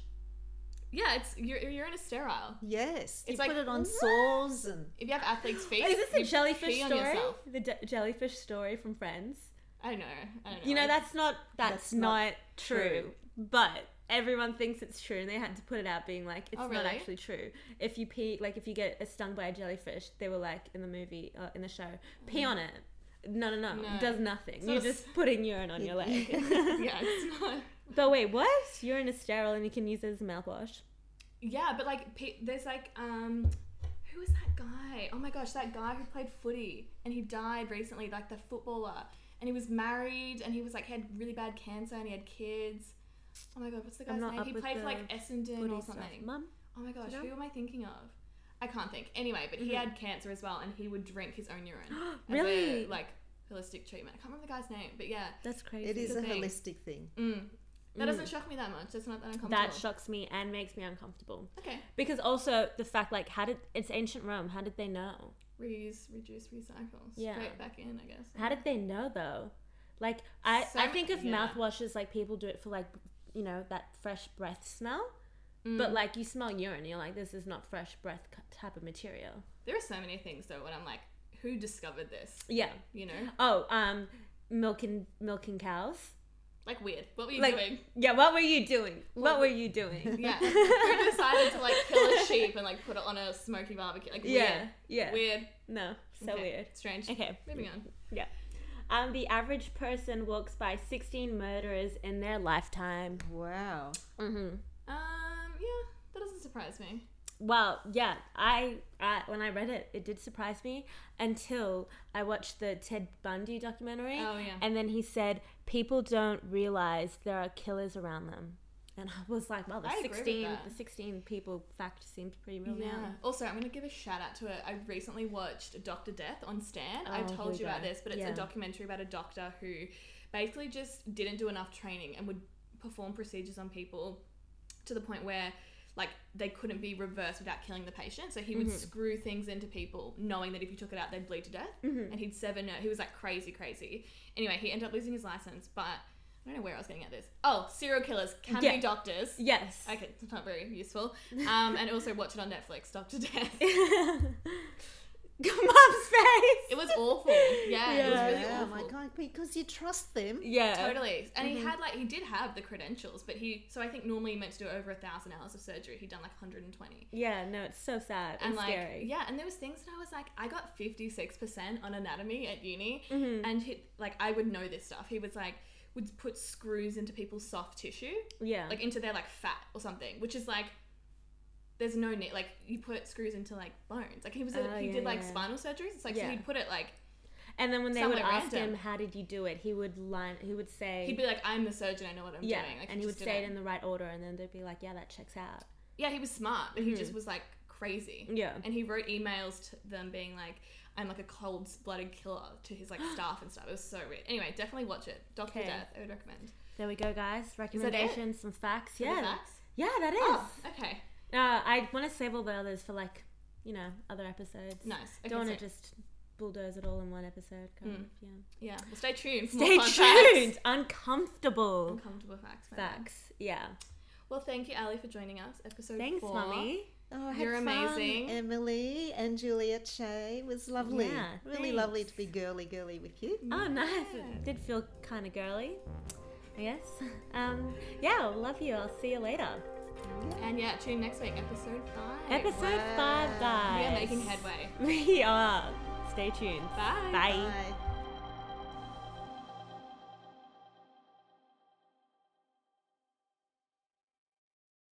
S2: Yeah, it's you're, you're in a sterile.
S3: Yes, you
S2: It's like-
S3: put it on sores and
S2: If you have athlete's feet,
S1: Is this
S2: you
S1: a jellyfish
S2: pee on
S1: story?
S2: yourself.
S1: The de- jellyfish story from Friends.
S2: I know. I don't know.
S1: You know, that's not that's,
S3: That's
S1: not,
S3: not
S1: true.
S3: true.
S1: But everyone thinks it's true, and they had to put it out, being like, it's
S2: Oh,
S1: not
S2: really?
S1: actually true. If you pee, like if you get stung by a jellyfish, they were like in the movie uh, in the show, pee on it. No, no, no,
S2: No.
S1: it does nothing.
S2: It's
S1: You're
S2: not a
S1: just putting urine on your leg.
S2: yeah, it's not.
S1: But wait, what? Urine is sterile, and you can use it as a mouthwash.
S2: Yeah, but like pe- there's like um who was that guy? Oh my gosh, that guy who played footy and he died recently, like the footballer. And he was married and he was like had really bad cancer and he had kids. Oh my god, what's the
S1: I'm
S2: guy's
S1: not
S2: name?
S1: up
S2: He
S1: with
S2: played
S1: the
S2: for like Essendon
S1: Footy
S2: or
S1: stuff.
S2: something.
S1: Mum.
S2: Oh my gosh,
S1: you know? Mm-hmm.
S2: who am I thinking of? I can't think. Anyway, but he had cancer as well and he would drink his own urine. as a,
S1: Really?
S2: like holistic treatment. I can't remember the guy's name, but yeah.
S1: That's crazy.
S3: it is
S2: the
S3: a
S2: thing.
S3: holistic thing.
S2: Mm. That
S1: Mm.
S2: doesn't shock me that much. That's not that uncomfortable.
S1: That shocks me and makes me uncomfortable.
S2: okay.
S1: Because also the fact, like, how did it's ancient Rome? How did they know?
S2: Reuse, reduce, recycle.
S1: Yeah.
S2: Straight back in, I guess.
S1: How did they know though? Like, I I
S2: Some-
S1: think of
S2: yeah.
S1: mouthwashes like people do it for like you know that fresh breath smell,
S2: Mm.
S1: but like you smell urine, you're like this is not fresh breath c- type of material.
S2: There are so many things though when I'm like, who discovered this?
S1: Yeah.
S2: You know,
S1: Oh, um, milking milking cows.
S2: like weird. What were you
S1: Like-
S2: doing?
S1: Yeah. What were you doing? What
S2: Well-
S1: were you doing?
S2: Yeah, who decided to like kill a sheep and like put it on a smoky barbecue? Like
S1: Yeah. Yeah.
S2: weird, weird,
S1: No. So
S2: Okay,
S1: weird.
S2: strange.
S1: Okay.
S2: Moving on.
S1: Um, the average person walks by 16 murderers in their lifetime.
S3: Wow.
S1: Mm-hmm.
S2: Um, yeah, that doesn't surprise me.
S1: Well, yeah, I, I when I read it, it did surprise me until I watched the Ted Bundy documentary,
S2: Oh yeah.
S1: and then he said people don't realize there are killers around them, and I was like, well, the
S2: I agree with
S1: sixteen,
S2: that.
S1: the sixteen people fact seems pretty real
S2: Yeah.
S1: now.
S2: Also, I'm gonna give a shout out to it. I recently watched Doctor Death on Stan. I
S1: Oh, here we
S2: told you about
S1: go.
S2: this, but it's
S1: Yeah.
S2: a documentary about a doctor who basically just didn't do enough training and would perform procedures on people to the point where like they couldn't be reversed without killing the patient. So he
S1: Mm-hmm.
S2: would screw things into people, knowing that if you took it out, they'd bleed to death.
S1: Mm-hmm.
S2: And he'd sever nerve. He was like crazy, crazy. Anyway, he ended up losing his license, but I don't know where I was getting at this. Oh, serial killers can
S1: Yeah.
S2: be doctors.
S1: Yes.
S2: Okay, it's not very useful. Um, and also watch it on Netflix, Doctor Death.
S1: Mom's face.
S2: It was awful. Yeah, it was really
S3: yeah, oh
S2: awful.
S3: my God, Mm-hmm. because you trust them.
S1: Yeah.
S2: Totally. And he had like he did have the credentials, but he so I think normally he meant to do over a thousand hours of surgery. He'd done like 120.
S1: Yeah. No, it's so sad and,
S2: And like
S1: scary.
S2: yeah, and there was things that I was like, I got 56% on anatomy at uni,
S3: Mm.
S1: Mm-hmm.
S2: and he, like I would know this stuff. He was like would put screws into people's soft tissue,
S1: Yeah.
S2: like into their like fat or something, which is like there's no need like you put screws into like bones. Like he was
S1: Oh,
S2: he
S1: yeah,
S2: did like
S1: yeah.
S2: spinal surgeries. It's like
S1: Yeah.
S2: so he'd put it like
S1: And then when they would
S2: Somewhat
S1: ask
S2: random.
S1: him, "How did you do it?" he would line. He would say,
S2: he'd be like, I'm the surgeon, I know what I'm
S1: "Yeah,"
S2: doing. Like,
S1: and he would
S2: just did
S1: say it in the right order, and then they'd be like, "Yeah, that checks out."
S2: yeah, he was smart, but he just was like crazy.
S1: Hmm. Yeah.
S2: And he wrote emails to them being like, I'm like a cold blooded killer to his like staff and stuff. It was so weird. Anyway, definitely watch it. Doctor
S1: Okay.
S2: Death, I would recommend.
S1: There we go, guys.
S2: it?
S1: Recommendations, some facts.
S2: Is that
S1: Yeah,
S2: the facts?
S1: yeah, that is.
S2: Oh, okay.
S1: Uh, I want to save all the others for like, you know, other episodes.
S2: Nice. Okay,
S1: Don't want to
S2: so-
S1: just bulldoze it all in one episode. Kind
S2: Mm.
S1: of, yeah.
S2: yeah. Well, stay tuned for
S1: Stay
S2: more fun
S1: tuned.
S2: Facts.
S1: Uncomfortable
S2: Uncomfortable facts. man.
S1: facts. Yeah.
S2: Well, thank you, Ali, for joining us. Episode
S1: Thanks,
S2: four.
S1: mummy.
S3: Oh, I had
S2: You're
S3: fun,
S2: amazing.
S3: Emily and Julia Che It was lovely.
S1: Yeah,
S3: really lovely
S1: thanks.
S3: to be girly, girly with you.
S1: Oh, nice.
S2: Mm. Yeah.
S1: It did feel kind of girly, I guess. Um, yeah, love you. I'll see you later.
S2: And yeah, tune in next week, episode five.
S1: Episode
S3: wow.
S1: five,
S2: We
S1: guys.
S2: are making headway.
S1: We are. Stay tuned.
S2: Bye.
S1: Bye.
S3: Bye.